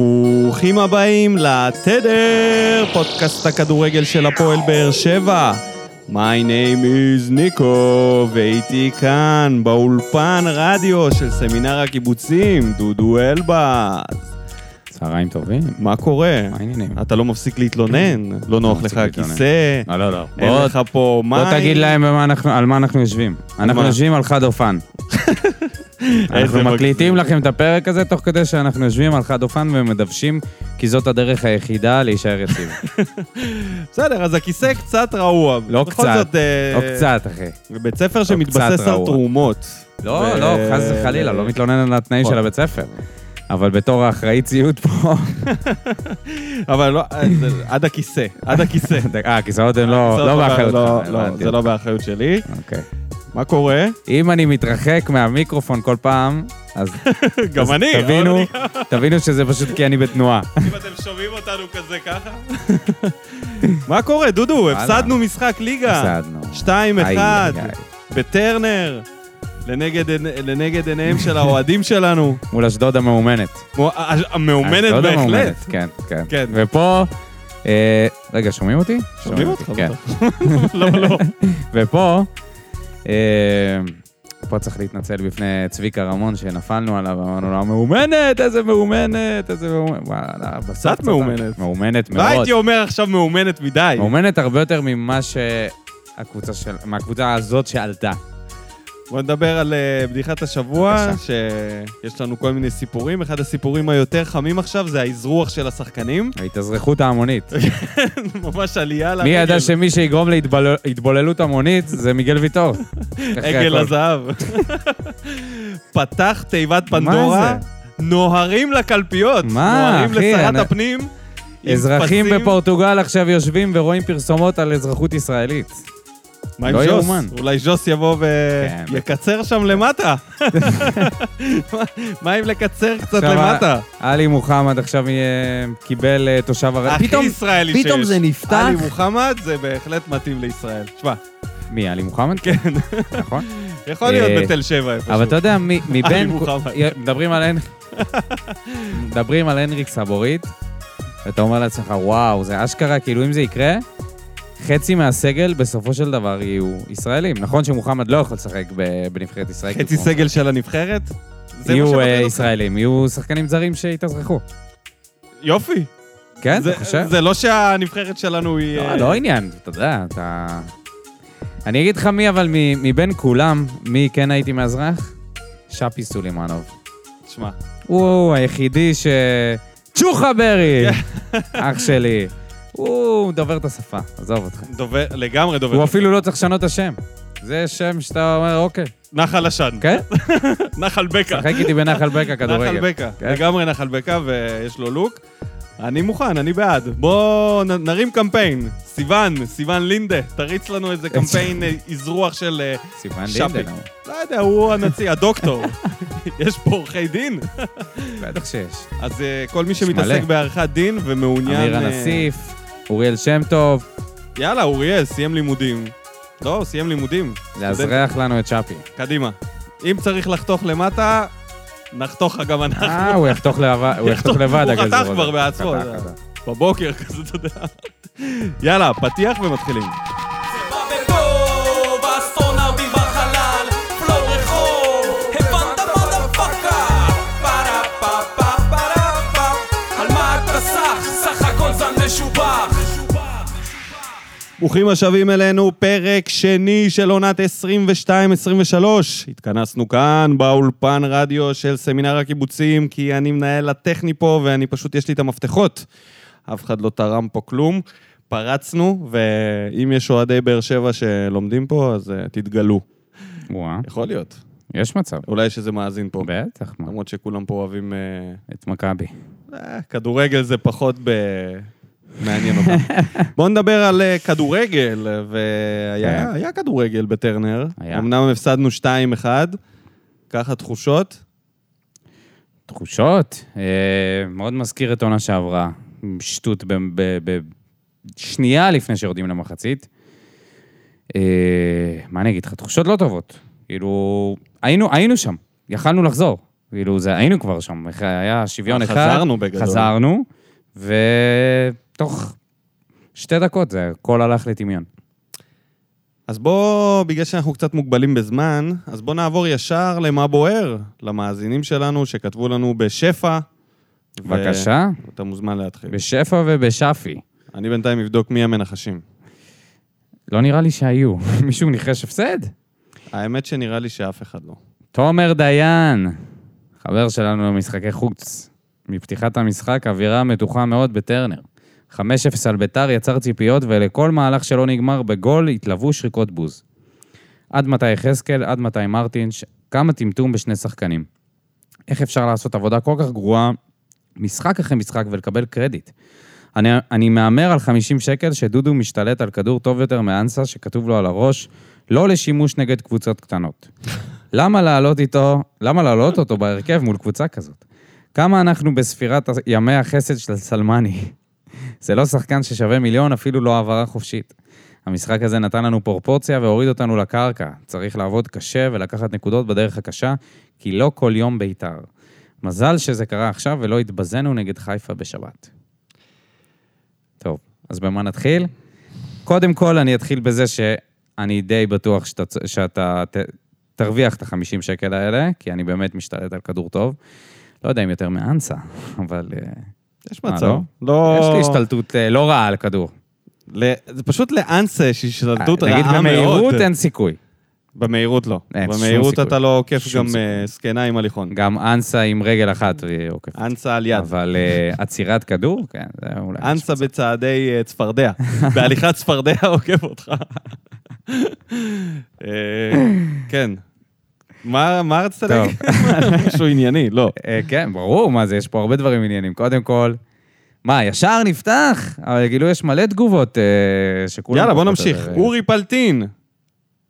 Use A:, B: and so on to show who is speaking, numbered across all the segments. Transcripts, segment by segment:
A: ברוכים הבאים לתדר, פודקאסט הכדורגל של הפועל באר שבע. My name is ניקו, ואיתי כאן באולפן רדיו של סמינר הקיבוצים, דודו אלבז.
B: צהריים טובים.
A: מה קורה?
B: מה העניינים? כן.
A: אתה לא מפסיק להתלונן? לא נוח לך
B: מפסיק להתלונן.
A: הכיסא?
B: לא, לא, לא.
A: אין
B: בוא-
A: לך פה מים?
B: בוא תגיד להם במה אנחנו- על מה אנחנו יושבים. אנחנו
A: מה?
B: יושבים על חד אופן.
A: איזה
B: אנחנו
A: מגזים.
B: מקליטים לכם את הפרק הזה תוך כדי שאנחנו יושבים על חד אופן ומדוושים, כי זאת הדרך היחידה להישאר יציב.
A: בסדר, אז הכיסא קצת רעוע.
B: לא
A: בכל
B: קצת,
A: זאת, אה,
B: או קצת, אחי.
A: בית ספר שמתבסס
B: קצת
A: על
B: רעוע.
A: תרומות.
B: לא,
A: ו-
B: לא, חס וחלילה, לא מתלונן על התנאים
A: נכון.
B: של הבית ספר. אבל בתור האחראי ציוד פה...
A: אבל לא, זה- עד הכיסא, עד הכיסא.
B: אה, הכיסאות הם לא לא באחריות.
A: לא,
B: שלך,
A: לא,
B: הבנתי.
A: זה לא באחריות שלי.
B: אוקיי.
A: מה קורה?
B: אם אני מתרחק מהמיקרופון כל פעם, אז
A: גם
B: אז
A: אני. כן.
B: תבינו,
A: אבל
B: תבינו שזה פשוט כי אני בתנועה.
A: אני- אם אתם שומעים אותנו כזה ככה. מה קורה, דודו?
B: וואלה.
A: הפסדנו משחק ליגה.
B: הפסדנו.
A: 2-1,
B: איי, איי, איי.
A: בטרנר, לנגד עינ- לנגד עיניהם של האוהדים שלנו.
B: מול אשדוד המאומנת.
A: מו- ה- ה- המאומנת
B: אשדוד
A: בהחלט.
B: המאומנת, כן, כן.
A: כן.
B: ופה... אה, רגע, שומעים אותי?
A: שומעים אותך,
B: כן.
A: בטח. למה לא?
B: ופה... אה, פה צריך להתנצל בפני צביקה רמון, שנפלנו עליו, אמרנו לו, המאומנת, איזה מאומנת, איזה מאומנת. וואלה, בסוף...
A: קצת
B: צדק.
A: מאומנת.
B: מאומנת
A: לא
B: מאוד.
A: הייתי אומר עכשיו מאומנת מדי.
B: מאומנת הרבה יותר ממה שהקבוצה של... מהקבוצה הזאת שעלתה.
A: בוא נדבר על אה, בדיחת השבוע,
B: בבקשה.
A: שיש לנו כל מיני סיפורים. אחד הסיפורים היותר חמים עכשיו זה האזרוח של השחקנים.
B: ההתאזרחות ההמונית.
A: ממש עלייה לרגל.
B: מי ידע שמי שיגרום להתבוללות המונית זה מיגל ויטור?
A: עגל הזהב. פתח תיבת פנדורה,
B: זה?
A: נוהרים לקלפיות.
B: מה,
A: נוהרים
B: אחי,
A: לשרת
B: אני-
A: הפנים. עם
B: אזרחים
A: פסים.
B: בפורטוגל עכשיו יושבים ורואים פרסומות על אזרחות ישראלית.
A: מה עם
B: לא
A: ז'וס?
B: יאומן.
A: אולי ז'וס יבוא
B: כן, בטח.
A: ויקצר שם למטה. מה- מה אם לקצר קצת
B: עכשיו,
A: למטה?
B: עלי מוחמד עכשיו יהיה- קיבל אה, תושב ארעי.
A: הכי
B: פתאום...
A: ישראלי שיש.
B: פתאום זה נפתח.
A: עלי מוחמד זה בהחלט מתאים לישראל. תשמע,
B: מי, עלי מוחמד?
A: כן,
B: נכון.
A: יכול להיות
B: אה,
A: בתל שבע איפשהו.
B: אבל אתה יודע, מ-
A: עלי
B: מבין...
A: מוחמד.
B: מדברים על הנ- מדברים על הנריק סבורית, ואתה אומר לעצמך, וואו, זה אשכרה, כאילו אם זה יקרה, חצי מהסגל בסופו של דבר יהיו ישראלים. נכון שמוחמד לא יכול לשחק ב- בנבחרת ישראל.
A: חצי
B: כי-
A: סגל של הנבחרת? זה מה
B: יהיו אה,
A: שמטריד אותך.
B: ישראלים, יהיו שחקנים זרים שהתאזרחו.
A: יופי.
B: כן,
A: זה-
B: אתה חושב?
A: זה לא שהנבחרת שלנו היא...
B: לא,
A: אה,
B: לא עניין, אתה יודע, אתה... אני אגיד לך מי, אבל מ- מבין כולם, מי כן הייתי מאזרח? שפי סולימנוב.
A: תשמע,
B: הוא היחידי ש... צ'וחה ברי!
A: כן.
B: אח שלי. הוא דובר את השפה, עזוב אותך.
A: דובר, לגמרי דובר.
B: הוא אפילו לא צריך לשנות את השם. זה שם שאתה אומר, אוקיי.
A: נחל עשן.
B: כן?
A: נחל בקע.
B: שחק איתי בנחל בקע כדורגל.
A: נחל בקע.
B: כן.
A: לגמרי נחל בקע, ויש לו לוק. אני מוכן, אני בעד. בואו נרים קמפיין. סיוון, סיוון לינדה, תריץ לנו איזה קמפיין אה, אזרוח של אה,
B: סיוון
A: שפי.
B: לינדן. הוא-
A: לא יודע, הוא הנציג, הדוקטור. יש פה עורכי דין?
B: בטח שיש.
A: אז אה, כל מי
B: יש מלא.
A: שמתעסק בעריכת דין ומעוניין...
B: אמיר
A: אה,
B: הנסיף, אוריאל שם טוב,
A: יאללה, אוריאל, סיים לימודים. לא, הוא סיים לימודים.
B: לאזרח לנו את שפי.
A: קדימה. אם צריך לחתוך למטה, נחתוך לך גם אנחנו.
B: אה, הוא יחתוך לבד, הוא יחתוך
A: יחתוך-
B: לבד,
A: הוא
B: הגזור הזה.
A: חתך כבר בעצמו,
B: חתך,
A: זה-
B: חתך.
A: בבוקר כזה, אתה יודע. יאללה, פתיח ומתחילים.
C: בא בטוב, האסטרונאוטים בחלל, פלואו רחוב, הבנת מה דפקה? פרה פה פה פרה פה, על מה אתה סח? סך הכל זן משובח.
A: ברוכים השבים אלינו, פרק שני של עונת 22-23. התכנסנו כאן באולפן רדיו של סמינר הקיבוצים, כי אני מנהל הטכני פה ואני פשוט, יש לי את המפתחות. אף אחד לא תרם פה כלום. פרצנו, ואם יש אוהדי באר שבע שלומדים פה, אז אה, תתגלו.
B: וואה,
A: יכול להיות. כן.
B: יש מצב.
A: אולי יש איזה מאזין פה.
B: בטח, מה.
A: למרות שכולם פה אוהבים... אה,
B: את מכבי.
A: אה, כדורגל זה פחות ב... מעניין אותם. בואו נדבר על אה, כדורגל, והיה
B: כן.
A: היה כדורגל בטרנר.
B: היה.
A: אמנם הפסדנו 2-1, ככה תחושות.
B: תחושות? אה, מאוד מזכיר את עונה שעברה. שטות ב- ב- ב- שנייה לפני שיורדים למחצית. אה, מה אני אגיד לך? תחושות לא טובות. כאילו, היינו, היינו שם, יכלנו לחזור. כאילו, זה, היינו כבר שם, היה שוויון אחד.
A: אה, חזרנו בגדול.
B: חזרנו, ותוך שתי דקות זה הכל הלך לטמיון.
A: אז בוא, בגלל שאנחנו קצת מוגבלים בזמן, אז בוא נעבור ישר למה בוער, למאזינים שלנו שכתבו לנו בשפע. ו-
B: בבקשה,
A: אתה מוזמן להתחיל.
B: בשפע ובשפי.
A: אני בינתיים אבדוק מי המנחשים.
B: לא נראה לי שהיו. מישהו ניחש הפסד?
A: האמת שנראה לי שאף אחד לא.
B: תומר דיין, חבר שלנו למשחקי חוץ. מפתיחת המשחק, אווירה מתוחה מאוד בטרנר. 5-0 על ביתר יצר ציפיות, ולכל מהלך שלא נגמר בגול התלוו שריקות בוז. עד מתי יחזקאל, עד מתי מרטינש, כמה טמטום בשני שחקנים. איך אפשר לעשות עבודה כל כך גרועה, משחק אחרי משחק, ולקבל קרדיט? אני, אני מהמר על 50 שקל שדודו משתלט על כדור טוב יותר מאנסה שכתוב לו על הראש, לא לשימוש נגד קבוצות קטנות. למה להעלות איתו, למה להעלות אותו בהרכב מול קבוצה כזאת? כמה אנחנו בספירת ה- ימי החסד של סלמני? זה לא שחקן ששווה מיליון, אפילו לא העברה חופשית. המשחק הזה נתן לנו פרופורציה והוריד אותנו לקרקע. צריך לעבוד קשה ולקחת נקודות בדרך הקשה, כי לא כל יום בית"ר. מזל שזה קרה עכשיו ולא התבזינו נגד חיפה בשבת. טוב, אז במה נתחיל? קודם כל, אני אתחיל בזה שאני די בטוח שאתה, צ- שאתה ת, תרוויח את ה-50 שקל האלה, כי אני באמת משתלט על כדור טוב. לא יודע אם יותר מאנסה, אבל אה,
A: יש
B: אה,
A: מצב.
B: לא?
A: לא...
B: יש לי השתלטות אה, לא רעה על כדור.
A: ל- זה פשוט לאנסה יש השתלטות רעה מאוד.
B: אה, נגיד במהירות אין סיכוי.
A: במהירות לא.
B: אין, שום
A: במהירות
B: סיכוי.
A: אתה לא עוקף
B: שום
A: גם
B: סיכוי.
A: אה, זקנה עם הליכון.
B: גם אנסה עם רגל אחת היא עוקפת.
A: אנסה על יד.
B: אבל אה, עצירת כדור, כן, זה אולי...
A: אנסה בצעדי אה, צפרדע. בהליכת צפרדע עוקף אותך. אה, כן. מה מה רצית
B: טוב.
A: להגיד? משהו ענייני, לא.
B: אה, כן, ברור, מה זה, יש פה הרבה דברים עניינים. קודם כל, מה, ישר נפתח? אבל גילו, יש מלא תגובות אה, שכולם...
A: יאללה, בוא
B: פחות או
A: נמשיך.
B: יותר, אה,
A: אורי פלטין,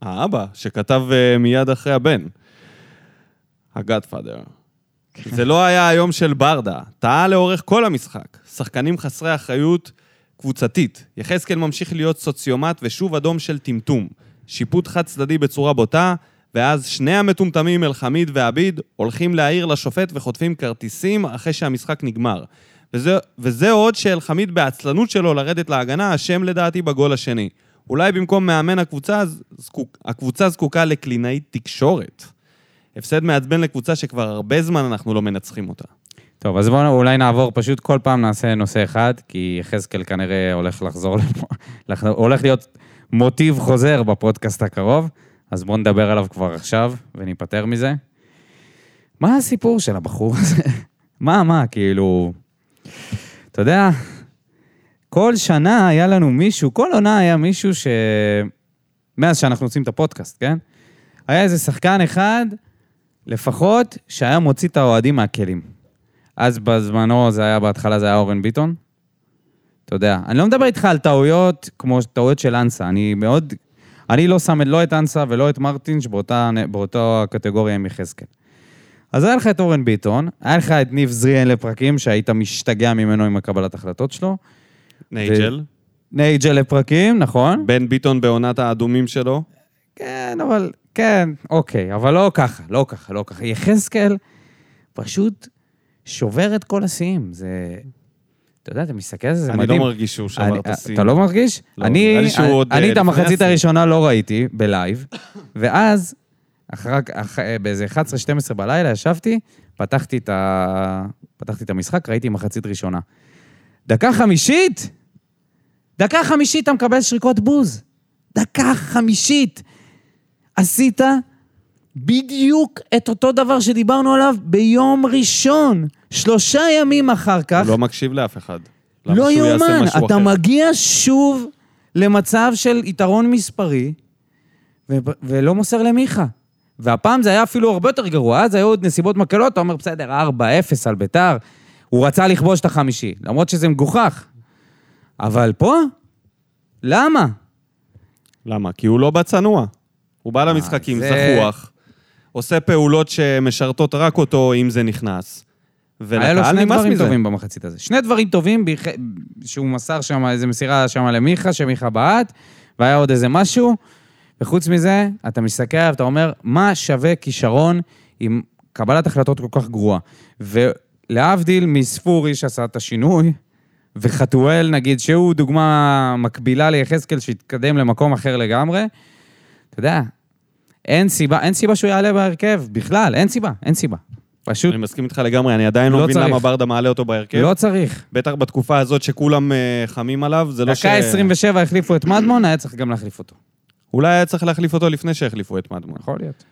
A: האבא, שכתב אה, מיד אחרי הבן. הגאדפאדר. זה לא היה היום של ברדה, טעה לאורך כל המשחק. שחקנים חסרי אחריות קבוצתית. יחזקאל ממשיך להיות סוציומט ושוב אדום של טמטום. שיפוט חד-צדדי בצורה בוטה, ואז שני המטומטמים, אלחמיד ועביד, הולכים להעיר לשופט וחוטפים כרטיסים אחרי שהמשחק נגמר. וזה, וזה עוד שאלחמיד בעצלנות שלו לרדת להגנה, אשם לדעתי בגול השני. אולי במקום מאמן הקבוצה, זקוק, הקבוצה זקוקה לקלינאית תקשורת. הפסד מעצבן לקבוצה שכבר הרבה זמן אנחנו לא מנצחים אותה.
B: טוב, אז בואו אולי נעבור, פשוט כל פעם נעשה נושא אחד, כי יחזקאל כנראה הולך לחזור לפה, לח- הולך להיות מוטיב חוזר בפודקאסט הקרוב, אז בואו נדבר עליו כבר עכשיו וניפטר מזה. מה הסיפור של הבחור הזה? מה, מה, כאילו... אתה יודע, כל שנה היה לנו מישהו, כל עונה היה מישהו ש... מאז שאנחנו עושים את הפודקאסט, כן? היה איזה שחקן אחד, לפחות, שהיה מוציא את האוהדים מהכלים. אז בזמנו, זה היה בהתחלה, זה היה אורן ביטון. אתה יודע, אני לא מדבר איתך על טעויות כמו טעויות של אנסה, אני מאוד... אני לא שם את- לא את אנסה ולא את מרטינש באותה, באותה קטגוריה עם יחזקאל. אז היה לך את אורן ביטון, היה לך את ניב זריאן לפרקים, שהיית משתגע ממנו עם הקבלת החלטות שלו.
A: נייג'ל,
B: נייג'ה לפרקים, נכון?
A: בן ביטון בעונת האדומים שלו,
B: כן, אבל... כן, אוקיי, אבל לא ככה, לא ככה, לא ככה. יחזקאל פשוט שובר את כל השיאים. זה... אתה יודע, אתה מסתכל על זה, זה
A: אני
B: מדהים.
A: לא מרגיש שהוא
B: אני-
A: שבר את השיא.
B: אתה לא מרגיש?
A: לא,
B: אני,
A: נראה לי שהוא
B: אני-
A: עוד, אה,
B: אני את
A: לפני
B: המחצית
A: השיא.
B: הראשונה לא ראיתי בלייב, ואז, אחר כך, אח- אה, באיזה 11-12 בלילה ישבתי, פתחתי את, ה... פתחתי את המשחק, ראיתי מחצית ראשונה. דקה חמישית? דקה חמישית אתה מקבל שריקות בוז. דקה חמישית. עשית בדיוק את אותו דבר שדיברנו עליו ביום ראשון. שלושה ימים אחר כך.
A: הוא לא מקשיב לאף אחד. למה
B: לא
A: שהוא יעשה
B: יאומן,
A: משהו
B: אתה
A: אחר?
B: מגיע שוב למצב של יתרון מספרי, ו- ולא מוסר למיכה. והפעם זה היה אפילו הרבה יותר גרוע, אז היו עוד נסיבות מקלות, אתה אומר, בסדר, 4-0 על ביתר, הוא רצה לכבוש את החמישי, למרות שזה מגוחך. אבל פה? למה?
A: למה? כי הוא לא בא צנוע. הוא בא למשחקים
B: אה, זה-
A: זחוח, עושה פעולות שמשרתות רק אותו אם זה נכנס.
B: היה לו
A: ולקהל
B: שני
A: נמאס
B: דברים
A: מזה.
B: טובים במחצית הזאת. שני דברים טובים, ביח- שהוא מסר שם איזה מסירה שם למיכה, שמיכה בעט, והיה עוד איזה משהו. וחוץ מזה, אתה מסתכל עליו, אתה אומר, מה שווה כישרון עם קבלת החלטות כל כך גרועה? ולהבדיל מספורי שעשה את השינוי, וחתואל, נגיד, שהוא דוגמה מקבילה ליחזקאל שהתקדם למקום אחר לגמרי, אתה יודע, אין סיבה, אין סיבה שהוא יעלה בהרכב, בכלל, אין סיבה, אין סיבה. פשוט
A: אני מסכים איתך לגמרי, אני עדיין לא
B: לא
A: מבין
B: צריך.
A: למה ברדה מעלה אותו בהרכב.
B: לא צריך.
A: בטח בתקופה הזאת שכולם אה, חמים עליו, זה לא ש...
B: דקה 27 החליפו את מדמון, היה צריך גם להחליף אותו.
A: אולי היה צריך להחליף אותו לפני שהחליפו את מדמון.
B: יכול להיות.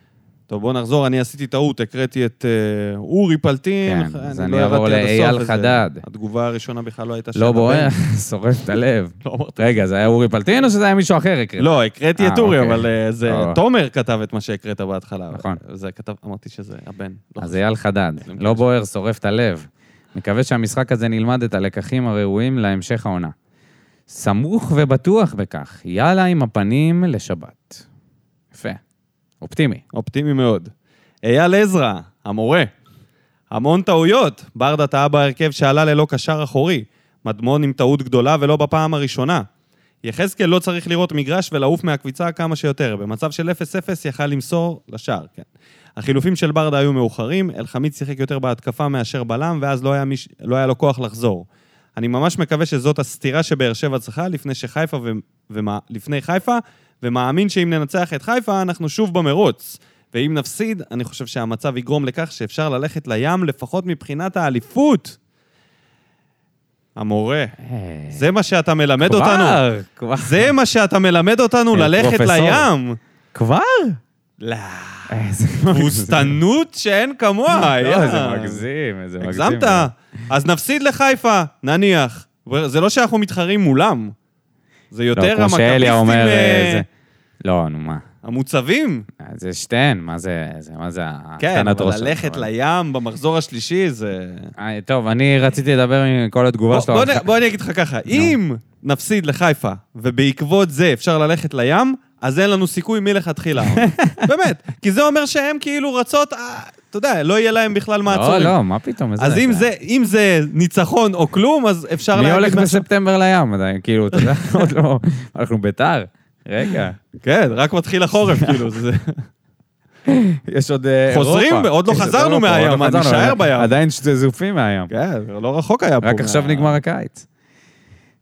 A: טוב, בואו נחזור, אני עשיתי טעות, הקראתי את אה, אורי פלטין.
B: כן,
A: אני
B: אז
A: לא
B: אני אעבור
A: ירדתי עד הסוף,
B: לאייל
A: אז,
B: חדד.
A: אה, התגובה הראשונה בכלל לא הייתה
B: לא
A: שם,
B: בוער,
A: אבל-
B: שורף את הלב.
A: לא אמרת.
B: רגע, זה היה אורי פלטין או שזה היה מישהו אחר? הקריא?
A: לא, הקראתי
B: אה,
A: את אורי,
B: אוקיי.
A: אבל אה, זה...
B: אה.
A: תומר כתב את מה שהקראת בהתחלה.
B: נכון.
A: זה כתב, אמרתי שזה הבן. לא
B: אז
A: חשוב.
B: אייל חדד, לא בוער, שורף את הלב. מקווה שהמשחק הזה נלמד את הלקחים הראויים להמשך העונה. סמוך ובטוח בכך, יאללה עם הפנים לשבת. יפה. אופטימי.
A: אופטימי מאוד. אייל עזרא, המורה. המון טעויות. ברדה טעה בהרכב שעלה ללא קשר אחורי. מדמון עם טעות גדולה ולא בפעם הראשונה. יחזקאל לא צריך לראות מגרש ולעוף מהקביצה כמה שיותר. במצב של 0-0 יכל למסור לשער, כן. החילופים של ברדה היו מאוחרים, אלחמיד שיחק יותר בהתקפה מאשר בלם, ואז לא היה, מיש... לא היה לו כוח לחזור. אני ממש מקווה שזאת הסתירה שבאר שבע צריכה לפני שחיפה ו... ומה... לפני חיפה, ומאמין שאם ננצח את חיפה, אנחנו שוב במרוץ. ואם נפסיד, אני חושב שהמצב יגרום לכך שאפשר ללכת לים, לפחות מבחינת האליפות. המורה, זה מה שאתה מלמד אותנו.
B: כבר, כבר.
A: זה מה שאתה מלמד אותנו,
B: אה,
A: ללכת
B: פרופסור.
A: לים.
B: כבר?
A: לא,
B: איזה
A: תבוסתנות שאין כמוה,
B: לא,
A: יאללה.
B: זה מגזים, איזה מגזים.
A: הגזמת. אז נפסיד לחיפה, נניח. זה לא שאנחנו מתחרים מולם. זה
B: לא,
A: יותר
B: כמו שאליה
A: המכביסטים
B: אומר...
A: אה,
B: אה, זה- לא, נו מה.
A: המוצבים.
B: זה שטיין, מה זה... זה- מה זה...
A: כן,
B: הקטנת
A: אבל
B: ראש אה,
A: ללכת
B: הזאת?
A: לים במחזור השלישי זה...
B: אה, טוב, אני רציתי לדבר עם כל התגובה
A: בוא-
B: שלו.
A: בוא
B: אבל-
A: נ- בוא אני אגיד לך ככה, אם נפסיד לחיפה, ובעקבות זה אפשר ללכת לים, אז אין לנו סיכוי מלכתחילה. באמת, כי זה אומר שהם כאילו רצות, אה, אתה יודע, לא יהיה להם בכלל
B: לא,
A: מעצורים.
B: לא, מה פתאום? איזה
A: אז אם
B: זה-
A: זה, אם זה ניצחון או כלום, אז אפשר
B: מי
A: להגיד
B: הולך
A: משהו.
B: בספטמבר לים עדיין? כאילו, אתה יודע, עוד לא... אנחנו ביתר. רגע,
A: כן, רק מתחיל החורף, כאילו, זה...
B: יש עוד אה, אירופה.
A: חוזרים? עוד לא
B: יש
A: חזרנו
B: אירופה,
A: מהים,
B: עוד לא
A: אז
B: חזרנו,
A: נישאר
B: אבל
A: בים.
B: עדיין זופים מהים.
A: כן, לא רחוק היה פה.
B: רק עכשיו
A: מה-
B: נגמר הקיץ.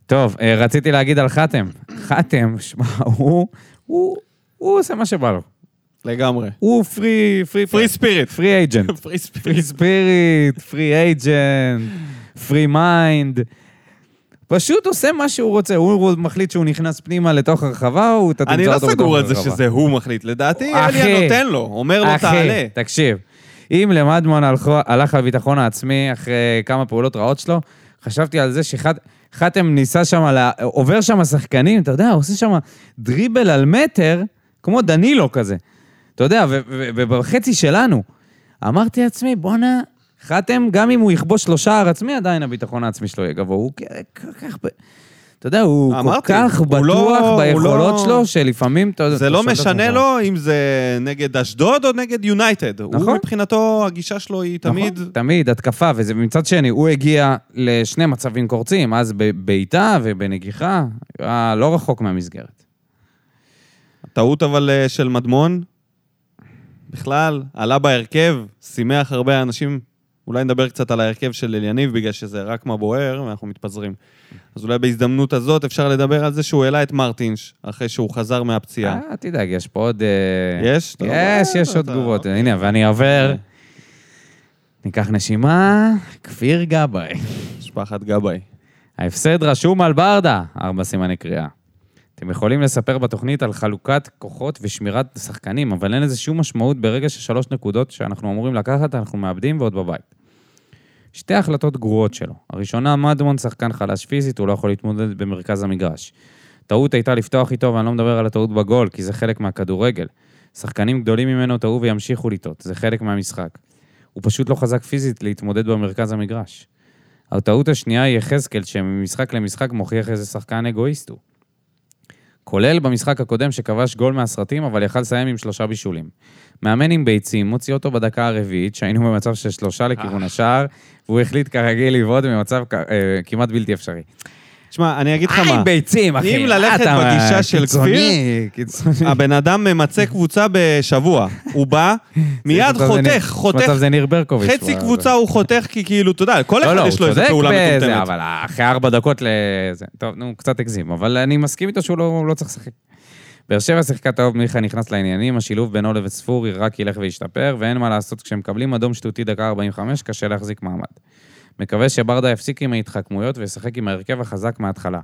B: טוב, אה, רציתי להגיד על חתם. חתם, שמע, הוא... הוא הוא עושה מה שבא לו.
A: לגמרי.
B: הוא פרי... פרי
A: פרי ספיריט.
B: פרי אייג'נט.
A: פרי ספיריט.
B: פרי ספיריט, פרי אייג'נט, פרי מיינד. פשוט עושה מה שהוא רוצה, הוא מחליט שהוא נכנס פנימה לתוך הרחבה, הוא אתה
A: אני
B: תמצא
A: לא
B: אותו
A: סגור
B: בתוך
A: על זה
B: הרחבה.
A: שזה הוא מחליט. לדעתי,
B: אחי.
A: אליה נותן לו, אומר לו, תעלה.
B: אחי, תקשיב, אם למדמון הלכו- הלך הביטחון העצמי אחרי כמה פעולות רעות שלו, חשבתי על זה שחתם ניסה שם, לה- עובר שם שחקנים, אתה יודע, עושה שם דריבל על מטר, כמו דנילו כזה. אתה יודע, ו- ו- ובחצי שלנו. אמרתי לעצמי, בואנה, חתם, גם אם הוא יכבוש שלושה שער עצמי, עדיין הביטחון העצמי שלו יהיה גבוה. הוא כ- כל כך... ב- אתה יודע, הוא כל
A: אמרתי,
B: כך
A: הוא לא-
B: בטוח
A: הוא
B: ביכולות
A: לא-
B: שלו, שלפעמים, אתה יודע...
A: זה לא
B: אתה שואל את
A: משנה
B: עצמך,
A: לו אם זה נגד אשדוד או נגד יונייטד. הוא
B: נכון.
A: מבחינתו, הגישה שלו היא תמיד...
B: נכון, תמיד, התקפה, וזה מצד שני, הוא הגיע לשני מצבים קורצים, אז בבעיטה ובנגיחה, היה לא רחוק מהמסגרת.
A: טעות אבל אה, של מדמון. בכלל, עלה בהרכב, שימח הרבה אנשים. אולי נדבר קצת על ההרכב של אליניב, בגלל שזה רק מה בוער, ואנחנו מתפזרים. אז אולי בהזדמנות הזאת אפשר לדבר על זה שהוא העלה את מרטינש, אחרי שהוא חזר מהפציעה.
B: אה, תדאג, יש פה עוד... אה,
A: יש? אתה רואה?
B: יש, יש עוד
A: אתה-
B: תגובות. הנה, ואני עובר. ניקח נשימה, כפיר גבאי.
A: משפחת גבאי.
B: ההפסד רשום על ברדה, ארבע סימני קריאה. אתם יכולים לספר בתוכנית על חלוקת כוחות ושמירת שחקנים, אבל אין לזה שום משמעות ברגע ששלוש נקודות שאנחנו אמורים לקחת, אנחנו מאבדים ועוד בבית. שתי החלטות גרועות שלו. הראשונה, מדמון שחקן חלש פיזית, הוא לא יכול להתמודד במרכז המגרש. טעות הייתה לפתוח איתו, ואני לא מדבר על הטעות בגול, כי זה חלק מהכדורגל. שחקנים גדולים ממנו טעו וימשיכו לטעות, זה חלק מהמשחק. הוא פשוט לא חזק פיזית להתמודד במרכז המגרש. הטעות השנייה היא יחזקאל, שממשחק למשחק מוכיח איזה שחקן אגואיסט הוא. כולל במשחק הקודם שכבש גול מהסרטים, אבל יכל לסיים עם שלושה בישולים. מאמן עם ביצים, מוציא אותו בדקה הרביעית, שהיינו במצב של שלושה לכיוון השער, והוא החליט כרגיל לבעוט במצב כ- אה, כמעט אה, בלתי אפשרי.
A: תשמע, אני אגיד לך
B: היי,
A: מה.
B: ביצים, אחי.
A: אם ללכת
B: אתה
A: בגישה של
B: קיצוני, קיצוני.
A: הבן אדם ממצה קבוצה בשבוע. הוא בא, מיד
B: מצב זה ניר-
A: חותך, חותך.
B: מצב זה ניר ברקוביץ'.
A: חצי
B: וואו,
A: קבוצה הוא חותך, כי כאילו, אתה יודע, לכל
B: לא,
A: אחד
B: לא,
A: יש לו
B: הוא
A: איזה
B: צודק
A: פעולה
B: בזה,
A: מטומטמת.
B: אבל אחרי ארבע דקות לזה. טוב, נו, הוא קצת הגזים, אבל אני מסכים איתו שהוא לא הוא לא צריך לשחק. באר שבע שיחקה טוב, מיכה נכנס לעניינים, השילוב בינו לבין ספורי רק ילך וישתפר, ואין מה לעשות כשמקבלים אדום שטותי דקה 45, קשה להחזיק מעמד. מקווה שברדה יפסיק עם ההתחכמויות וישחק עם ההרכב החזק מההתחלה.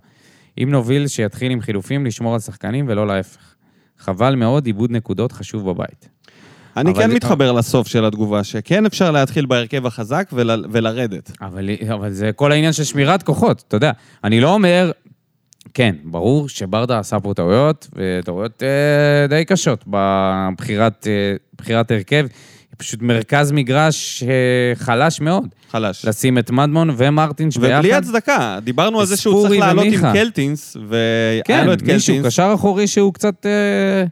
B: אם נוביל, שיתחיל עם חילופים, לשמור על שחקנים ולא להפך. חבל מאוד, עיבוד נקודות חשוב בבית.
A: אני
B: אבל-
A: כן מתחבר לסוף של התגובה, שכן אפשר להתחיל בהרכב החזק ול- ולרדת.
B: אבל, אבל זה כל העניין של שמירת כוחות, אתה יודע. אני לא אומר, כן, ברור שברדה עשה פה טעויות, וטעויות אה, די קשות בבחירת אה, בחירת הרכב. פשוט מרכז מגרש אה, חלש מאוד.
A: חלש.
B: לשים את מדמון ומרטינש ביחד.
A: ובלי הצדקה, דיברנו על זה שהוא צריך
B: ספורי
A: לעלות עם
B: ומיכה.
A: קלטינס, והיה
B: כן,
A: לו את
B: מישהו,
A: קלטינס.
B: קשר אחורי שהוא קצת אה,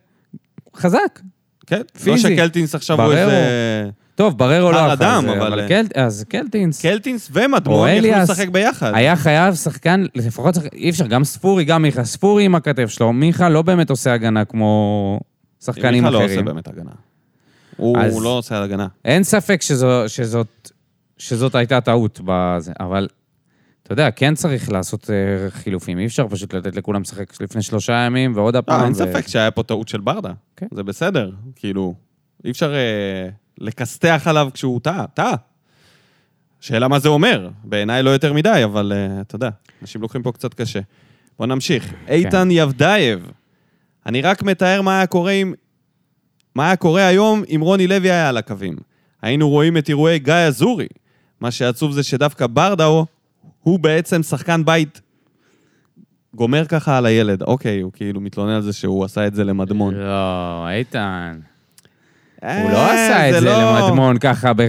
B: חזק.
A: כן, לא
B: פיזי.
A: שקלטינס עכשיו הוא
B: בררו.
A: איזה...
B: טוב, בררו לא
A: הר
B: אחר
A: אדם,
B: זה,
A: אבל- אה,
B: אבל קל, אז קלטינס.
A: קלטינס
B: או
A: ומדמון יכלו
B: אליאס.
A: לשחק ביחד.
B: היה חייב שחקן, לפחות, שחק- אי אפשר, גם ספורי, גם מיכה. ספורי עם הכתף שלו, מיכה לא באמת עושה הגנה כמו שחקנים
A: מיכה לא עושה
B: אחרים.
A: באמת הגנה. הוא
B: אז-
A: לא עושה הגנה.
B: אין ספק שזו, שזאת, שזאת הייתה טעות בזה, אבל אתה יודע, כן צריך לעשות אה, חילופים, אי אפשר פשוט לתת לכולם לשחק לפני שלושה ימים ועוד הפעם.
A: לא, אין
B: ו-
A: ספק שהיה פה טעות של ברדה.
B: כן.
A: זה בסדר, כאילו, אי אפשר אה, לקסתח עליו כשהוא טעה, טעה. שאלה מה זה אומר, בעיניי לא יותר מדי, אבל אה, אתה יודע, אנשים לוקחים פה קצת קשה. בוא נמשיך.
B: כן.
A: איתן יבדייב, אני רק מתאר מה היה קורה אם... מה היה קורה היום אם רוני לוי היה על הקווים. היינו רואים את אירועי גיא אזורי. מה שעצוב זה שדווקא ברדה הוא- הוא בעצם שחקן בית גומר ככה על הילד. אוקיי, הוא כאילו מתלונן על זה שהוא עשה את זה למדמון.
B: לא, איתן. הוא
A: אה,
B: לא עשה את זה
A: לא-
B: למדמון ככה ב-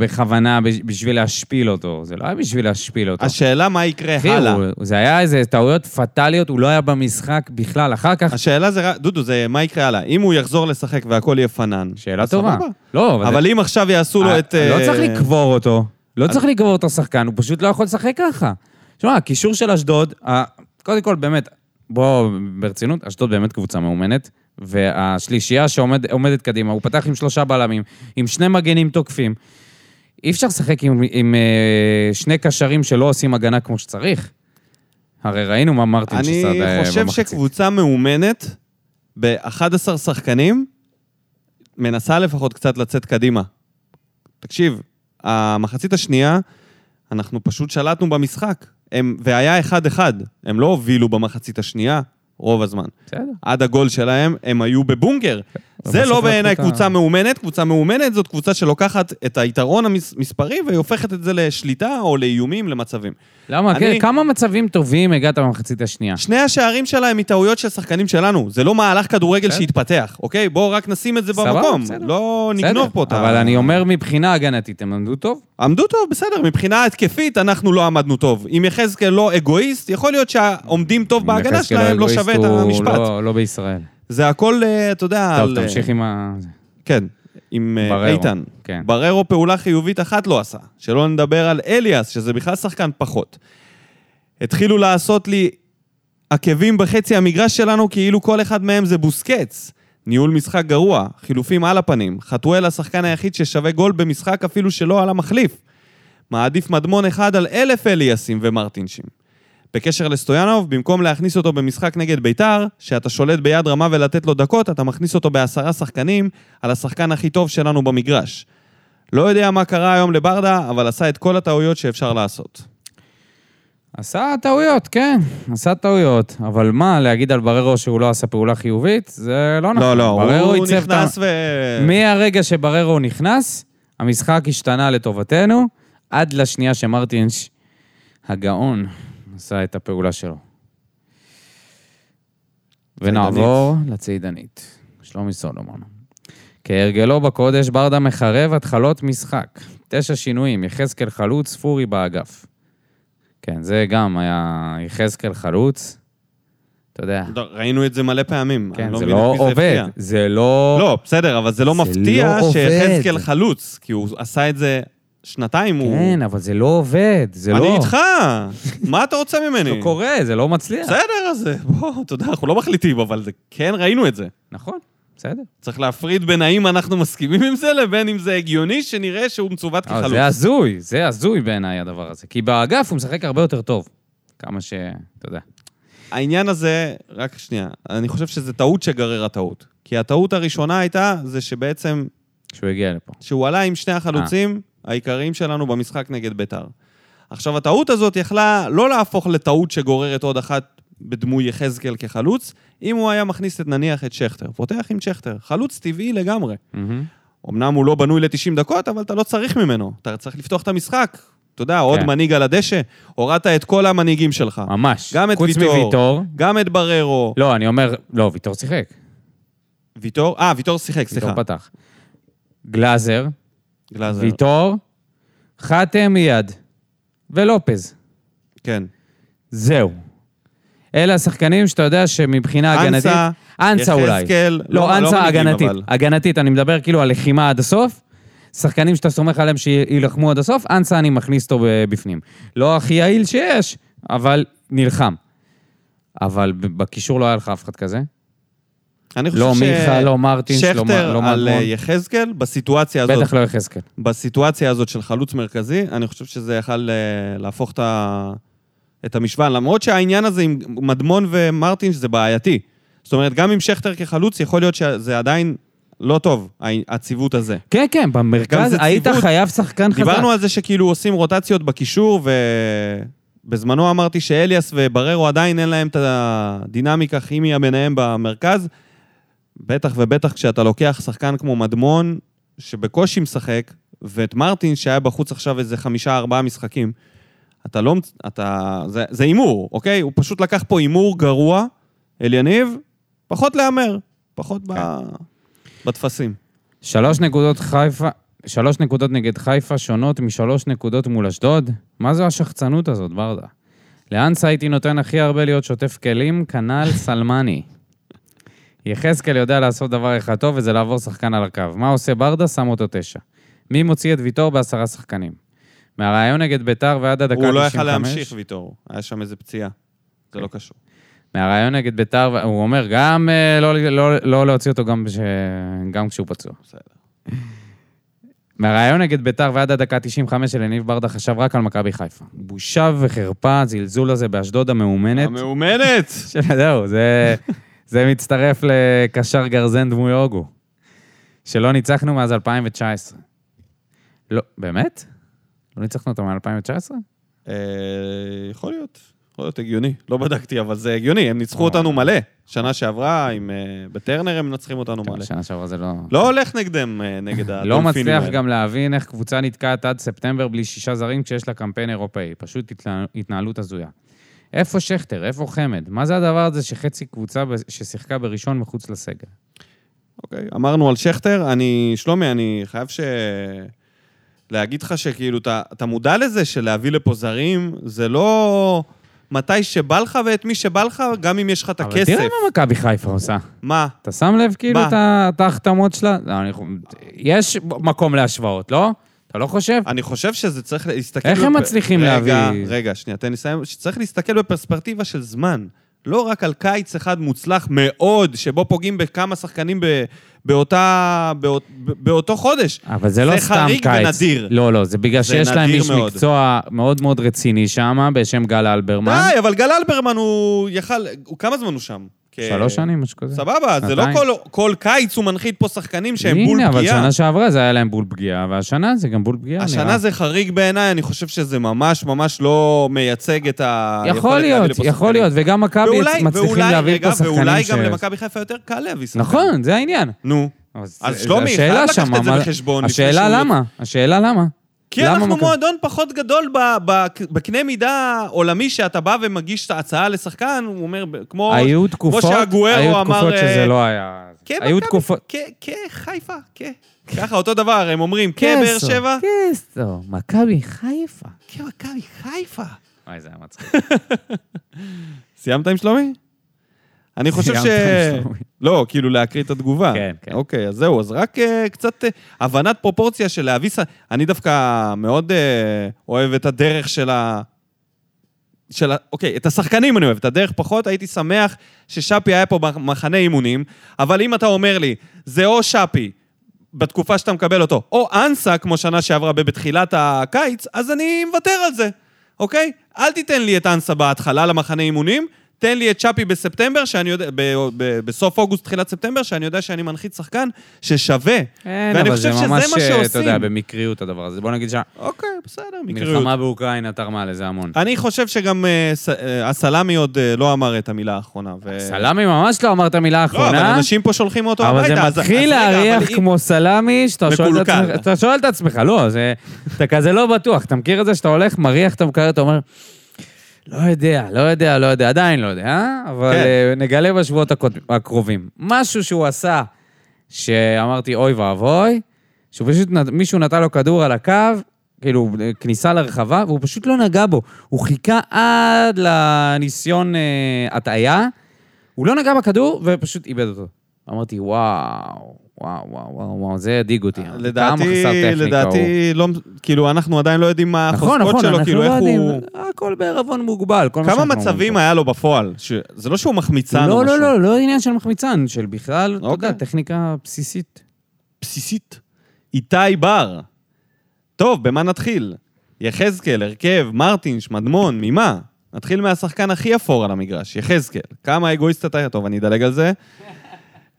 B: בכוונה בש- בשביל להשפיל אותו. זה לא היה בשביל להשפיל אותו.
A: השאלה מה יקרה
B: אחי,
A: הלאה.
B: הוא- זה היה איזה טעויות פטאליות, הוא לא היה במשחק בכלל. אחר כך,
A: השאלה זה, רק- דודו, זה מה יקרה הלאה. אם הוא יחזור לשחק והכל יהיה פנן.
B: שאלה
A: אז
B: טובה.
A: סבבה.
B: לא, זה-
A: אבל אם עכשיו יעשו לו
B: אה,
A: את...
B: לא
A: אה,
B: צריך לקבור אותו. לא צריך לקבור את השחקן, הוא פשוט לא יכול לשחק ככה. תשמע, הקישור של אשדוד, ה- קודם כל, באמת, בואו, ברצינות, אשדוד באמת קבוצה מאומנת, והשלישייה שעומדת קדימה, הוא פתח עם שלושה בלמים, עם שני מגנים תוקפים. אי אפשר לשחק עם, עם אה, שני קשרים שלא עושים הגנה כמו שצריך. הרי ראינו מה מרטין
A: אני
B: שסד אה,
A: חושב
B: במחצית.
A: שקבוצה מאומנת ב-11 שחקנים מנסה לפחות קצת לצאת קדימה. תקשיב, המחצית השנייה, אנחנו פשוט שלטנו במשחק. הם, והיה 1-1, הם לא הובילו במחצית השנייה רוב הזמן.
B: בסדר.
A: עד הגול שלהם, הם היו בבונקר.
B: כן,
A: זה
B: בסוף
A: לא
B: לקחו
A: בעיניי
B: את ה-
A: קבוצה מאומנת, קבוצה מאומנת זאת קבוצה שלוקחת את היתרון המספרי והיא הופכת את זה לשליטה או לאיומים, למצבים.
B: למה?
A: אני-
B: כן, כמה מצבים טובים הגעת במחצית השנייה?
A: שני השערים שלה הם מטעויות של שחקנים שלנו, זה לא מהלך כדורגל
B: בסדר.
A: שהתפתח, אוקיי? בואו רק נשים את זה
B: סבבה,
A: במקום,
B: בסדר.
A: לא
B: בסדר,
A: נגנוב פה את ה...
B: אבל אני אומר מבחינה הגנתית, הם עמדו טוב.
A: עמדו טוב, בסדר, מבחינה התקפית אנחנו לא עמדנו טוב. אם יחזקאל לא אגואיסט, יכול להיות שהעומדים טוב בהגנה
B: יחזקאל
A: שלהם לא
B: האגואיסט
A: שווה את
B: הוא
A: המשפט.
B: לא- לא בישראל.
A: זה הכל, אה, אתה יודע...
B: טוב,
A: על, אה,
B: תמשיך עם ה...
A: כן, עם אה,
B: בררו,
A: איתן.
B: כן.
A: בררו פעולה חיובית אחת לא עשה. שלא נדבר על אליאס, שזה בכלל שחקן פחות. התחילו לעשות לי עקבים בחצי המגרש שלנו, כאילו כל אחד מהם זה בוסקץ. ניהול משחק גרוע, חילופים על הפנים. חתואל השחקן היחיד ששווה גול במשחק אפילו שלא על המחליף. מעדיף מדמון אחד על אלף אליאסים ומרטינשים. בקשר לסטויאנוב, במקום להכניס אותו במשחק נגד ביתר, שאתה שולט ביד רמה ולתת לו דקות, אתה מכניס אותו בעשרה שחקנים על השחקן הכי טוב שלנו במגרש. לא יודע מה קרה היום לברדה, אבל עשה את כל הטעויות שאפשר לעשות.
B: עשה טעויות, כן, עשה טעויות. אבל מה, להגיד על בררו שהוא לא עשה פעולה חיובית? זה לא נכון.
A: לא, לא,
B: בררו
A: הוא
B: עיצב את ה-
A: נכנס ו... כן.
B: מהרגע שבררו נכנס, המשחק השתנה לטובתנו, עד לשנייה שמרטינש הגאון עשה את הפעולה שלו. ונעבור לצעידנית, שלומי סולומון. כהרגלו בקודש, ברדה מחרב התחלות משחק. תשע שינויים, יחזקאל חלוץ, פורי באגף. כן, זה גם היה יחזקאל חלוץ. אתה יודע,
A: לא, ראינו את זה מלא פעמים. אני
B: כן, זה
A: מבין
B: לא
A: את מי
B: עובד.
A: הפתיע.
B: זה לא...
A: לא, בסדר, אבל זה לא
B: זה
A: מפתיע
B: לא עובד.
A: שיחזקאל חלוץ, כי הוא עשה את זה שנתיים הוא...
B: כן, אבל זה לא עובד, זה לא...
A: אני איתך! מה אתה רוצה ממני?
B: זה לא קורה, זה לא מצליח.
A: בסדר, אז אה, בוא, אתה יודע, אנחנו לא מחליטים, אבל זה- כן ראינו את זה.
B: נכון, בסדר.
A: צריך להפריד בין האם אנחנו מסכימים עם זה, לבין אם זה הגיוני שנראה שהוא מצוות
B: אבל
A: כחלוץ.
B: אה, זה הזוי, זה הזוי בעיניי הדבר הזה. כי באגף הוא משחק הרבה יותר טוב. כמה ש... אתה יודע.
A: העניין הזה, רק שנייה, אני חושב שזה טעות שגרר הטעות. כי הטעות הראשונה הייתה, זה שבעצם,
B: כשהוא הגיע לפה.
A: שהוא עלה עם שני החלוצים העיקריים שלנו במשחק נגד ביתר. עכשיו, הטעות הזאת יכלה לא להפוך לטעות שגוררת עוד אחת בדמוי יחזקאל כחלוץ, אם הוא היה מכניס את נניח את שכטר. פותח עם שכטר, חלוץ טבעי לגמרי.
B: מהמם.
A: אמנם הוא לא בנוי ל-90 דקות, אבל אתה לא צריך ממנו. אתה צריך לפתוח את המשחק. אתה יודע, עוד
B: כן. אה.
A: מנהיג על הדשא, הורדת את כל המנהיגים שלך.
B: ממש.
A: גם את
B: חוץ
A: ויטור.
B: מוויטור.
A: גם את בררו.
B: לא, אני אומר... לא, ויטור שיחק.
A: ויטור? אה, ויטור שיחק, סליחה.
B: ויטור פתח. גלאזר,
A: גלאזר.
B: ויטור, חתם מיד, ולופז.
A: כן.
B: זהו. אלה השחקנים שאתה יודע שמבחינה
A: אנסה,
B: הגנתית... אנסה אולי.
A: יחזקאל,
B: לא, אנסה
A: מנהיגים,
B: הגנתית.
A: אבל.
B: הגנתית, אני מדבר כאילו על לחימה עד הסוף. שחקנים שאתה סומך עליהם שיילחמו עד הסוף, אנסה אני מכניס אותו בפנים. לא הכי יעיל שיש, אבל נלחם. אבל ב- בקישור לא היה לך אף אחד כזה.
A: אני חושב
B: לא
A: ש-
B: מיכה, לא מרטינס, לא מ-
A: שכטר
B: לא
A: על
B: מדמון.
A: אה, יחזקאל, בסיטואציה הזאת,
B: בטח לא יחזקאל.
A: בסיטואציה הזאת של חלוץ מרכזי, אני חושב שזה יכל אה, להפוך את ה- את המשוואה. למרות שהעניין הזה עם מדמון ומרטינש זה בעייתי. זאת אומרת, גם עם שכטר כחלוץ, יכול להיות שזה עדיין לא טוב, ה- הציוות הזה.
B: כן, כן,
A: גם
B: במרכז
A: זה
B: היית
A: ציוות.
B: חייב שחקן חזק.
A: דיברנו על זה שכאילו עושים רוטציות בקישור, ובזמנו אמרתי שאליאס ובררו עדיין אין להם את הדינמיקה הכימיה ביניהם במרכז. בטח ובטח כשאתה לוקח שחקן כמו מדמון, שבקושי משחק, ואת מרטין, שהיה בחוץ עכשיו איזה חמישה-ארבעה משחקים. אתה לא... מצ- אתה... זה זה הימור, אוקיי? הוא פשוט לקח פה הימור גרוע, אל יניב, פחות להמר, פחות ב...
B: כן.
A: בטפסים.
B: שלוש נקודות חיפה, שלוש נקודות נגד חיפה שונות משלוש נקודות מול אשדוד? מה זו השחצנות הזאת, ברדה? לאנסה הייתי נותן הכי הרבה להיות שוטף כלים, כנ"ל סלמני. יחזקאל יודע לעשות דבר אחד טוב, וזה לעבור שחקן על הקו. מה עושה ברדה? שם אותו תשע. מי מוציא את ויטור בעשרה שחקנים? מהראיון נגד ביתר ועד הדקה 95...
A: הוא לא יכל להמשיך, ויטור. היה שם איזה פציעה. זה
B: כן.
A: לא קשור.
B: מהראיון נגד ביתר, הוא אומר גם אה, לא, לא, לא להוציא אותו גם, בש... גם כשהוא פצוע.
A: בסדר.
B: מהראיון נגד ביתר ועד הדקה 95 של יניב ברדה חשב רק על מכבי חיפה. בושה וחרפה, הזלזול הזה באשדוד המאומנת.
A: המאומנת!
B: זהו, זה, זה מצטרף לקשר גרזן דמוי הוגו, שלא ניצחנו מאז 2019. לא, באמת? לא ניצחנו אותו מ-2019?
A: אה, יכול להיות, יכול להיות הגיוני. לא בדקתי, אבל זה הגיוני. הם
B: אה.
A: ניצחו אותנו מלא. שנה שעברה, עם... אה, בטרנר הם מנצחים אותנו מלא.
B: שנה שעברה זה לא...
A: לא הולך נגדם, אה, נגד הדולפינים
B: לא מצליח
A: האלה.
B: גם להבין איך קבוצה נתקעת עד ספטמבר בלי שישה זרים כשיש לה קמפיין אירופאי. פשוט התלה- התנהלות הזויה. איפה שכטר? איפה חמד? מה זה הדבר הזה שחצי קבוצה ב- ששיחקה בראשון מחוץ לסגל?
A: אוקיי, אמרנו על שכטר. אני, שלומי, אני חייב ש... להגיד לך שכאילו, אתה, אתה מודע לזה שלהביא לפה זרים, זה לא מתי שבא לך ואת מי שבא לך, גם אם יש לך את
B: אבל תראה
A: הכסף.
B: מה מכבי חיפה עושה.
A: מה?
B: אתה שם לב כאילו
A: מה?
B: את ה- את ההחתמות שלה? לא, אני... חו- יש מקום להשוואות, לא? אתה לא חושב?
A: אני חושב שזה צריך להסתכל...
B: איך הם
A: בפ-
B: מצליחים להביא-
A: רגע, רגע, שנייה, תן לי לסיים. שצריך להסתכל בפרספרטיבה של זמן. לא רק על קיץ אחד מוצלח מאוד, שבו פוגעים בכמה שחקנים ב- באותה, באות, באותו חודש.
B: אבל זה לא
A: זה
B: סתם
A: חריג
B: קיץ.
A: ונדיר.
B: לא, לא, זה בגלל
A: זה
B: שיש להם
A: נדיר
B: איש
A: מאוד.
B: מקצוע מאוד מאוד רציני שם, בשם גל אלברמן.
A: די, אבל גל אלברמן הוא יכל... הוא כמה זמן הוא שם? כ-
B: שלוש שנים, משהו כזה.
A: סבבה, זה לא
B: שנתיים.
A: כל, כל קיץ הוא מנחית פה שחקנים שהם בול
B: הנה, אבל
A: פגיעה.
B: שנה שעברה זה היה להם בול פגיעה, והשנה זה גם בול פגיעה.
A: השנה
B: נראה.
A: זה חריג בעיניי, אני חושב שזה ממש ממש לא מייצג את היכולת
B: יכול
A: להביא
B: להיות,
A: לפה
B: יכול
A: שחקנים.
B: להיות, וגם מכבי
A: ואולי-
B: מצליחים
A: ואולי-
B: להביא את
A: רגע,
B: השחקנים
A: ואולי
B: ש...
A: גם למכבי חיפה יותר קל להביא שחקן.
B: נכון, זה העניין.
A: נו.
B: אז
A: אז
B: זה-
A: שלומי,
B: זה
A: חייב
B: השאלה
A: לקחת
B: שם,
A: את זה
B: אבל-
A: בחשבון לפני
B: השאלה
A: שהוא-
B: למה, השאלה למה.
A: כי
B: למה
A: אנחנו
B: מכבי-
A: מועדון פחות גדול ב- ב- בקנה מידה עולמי, שאתה בא ומגיש את ההצעה לשחקן, הוא אומר, ב- כמו...
B: היו תקופות,
A: שהגוארו
B: היו
A: אמר,
B: תקופות
A: אה, כן,
B: שזה לא היה... היו תקופות...
A: כחיפה, כ... ככה, אותו דבר, הם אומרים, כבאר
B: קסטו,
A: כן, שבע,
B: קסטו, מכבי חיפה.
A: כמכבי חיפה.
B: וואי, זה היה מצחיק.
A: סיימת עם שלומי? אני חושב
B: גם
A: ש...
B: טעם שלומי.
A: לא, כאילו להקריא את התגובה.
B: כן, כן.
A: אוקיי, אז זהו, אז רק אה, קצת אה, הבנת פרופורציה של להביא... ס- אני דווקא מאוד אה, אוהב את הדרך של ה... של ה... אוקיי, את השחקנים אני אוהב, את הדרך פחות, הייתי שמח ששאפי היה פה במחנה אימונים, אבל אם אתה אומר לי, זה או שאפי בתקופה שאתה מקבל אותו, או אנסה, כמו שנה שעברה בתחילת הקיץ, אז אני מוותר על זה, אוקיי? אל תיתן לי את אנסה בהתחלה למחנה אימונים, תן לי את שאפי בספטמבר, שאני יודע... ב... ב... בסוף אוגוסט, תחילת ספטמבר, שאני יודע שאני מנחית שחקן ששווה.
B: אין,
A: ואני
B: כן, אבל
A: חושב
B: זה
A: שזה
B: ממש,
A: מה
B: אה, אתה
A: שעושים.
B: יודע, במקריות הדבר הזה. בוא נגיד
A: אוקיי, בסדר, מקריות.
B: שהמלחמה באוקראינה תרמה לזה המון.
A: אני חושב שגם אה, ס- אה, הסלמי עוד אה, לא אמר את המילה האחרונה. ו-
B: סלמי ממש לא אמרת מילה
A: לא, אבל
B: אחרונה,
A: אנשים פה שולחים אותו
B: אבל
A: הביתה.
B: זה
A: אז- אז
B: מתחיל
A: רגע, אבל
B: להריח
A: אם-
B: כמו סלמי, שאתה שואל את
A: מקולקל.
B: עצמך, אתה שואל את עצמך, לא, זה, אתה כזה לא בטוח, אתה מכיר את זה שאתה הולך, מריח את המקרר, אתה אומר, לא יודע, לא יודע, לא יודע, עדיין לא יודע, אה? אבל
A: כן.
B: אה, נגלה בשבועות הקוד- הקרובים. משהו שהוא עשה, שאמרתי, אוי ואבוי, שהוא פשוט, נת- מישהו נתן לו כדור על הקו, כאילו, אה, כניסה לרחבה, והוא פשוט לא נגע בו. הוא חיכה עד לניסיון אה, הטעיה, הוא לא נגע בכדור ופשוט איבד אותו. אמרתי, וואו, וואו, וואו, וואו, וואו, זה הדאיג אותי. כמה
A: לדעתי,
B: חסר טכניקה הוא.
A: לדעתי, לא, כאילו, אנחנו עדיין לא יודעים מה
B: נכון,
A: החוזקות
B: נכון,
A: שלו,
B: אנחנו
A: כאילו,
B: לא
A: איך
B: יודעים,
A: הוא...
B: הכל בערבון מוגבל. כל מה
A: כמה
B: שאנחנו אומרים
A: מצבים
B: פה.
A: היה לו בפועל? ש... זה לא שהוא מחמיצן או
B: לא,
A: משהו.
B: לא, לא, לא עניין של מחמיצן, של בכלל, אתה יודע,
A: אוקיי.
B: טכניקה בסיסית.
A: בסיסית. איתי בר. טוב, במה נתחיל? יחזקאל, הרכב, מרטינש, מדמון, ממה? נתחיל מהשחקן הכי אפור על המגרש, יחזקאל. כמה אגואיסט אתה... טוב, אני אדלג על זה.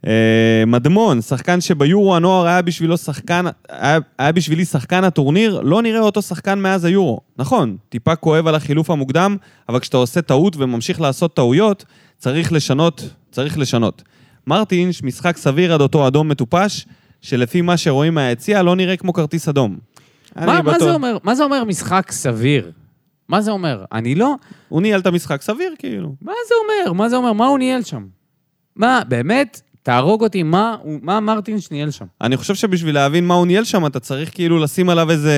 A: אה, מדמון, שחקן שביורו הנוער היה בשבילו שחקן, היה, היה בשבילי שחקן הטורניר, לא נראה אותו שחקן מאז היורו. נכון, טיפה כואב על החילוף המוקדם, אבל כשאתה עושה טעות וממשיך לעשות טעויות, צריך לשנות, צריך לשנות. מרטינש, משחק סביר עד אותו אדום מטופש, שלפי מה שרואים מהיציע, לא נראה כמו כרטיס אדום.
B: מה
A: אני
B: מה
A: בטוח-
B: זה אומר? מה זה אומר משחק סביר? מה זה אומר? אני לא...
A: הוא ניהל את המשחק סביר, כאילו.
B: מה זה אומר? מה זה אומר? מה הוא ניהל שם? מה, באמת? תהרוג אותי, מה הוא- מה מרטינש ניהל שם?
A: אני חושב שבשביל להבין מה הוא ניהל שם, אתה צריך כאילו לשים עליו איזה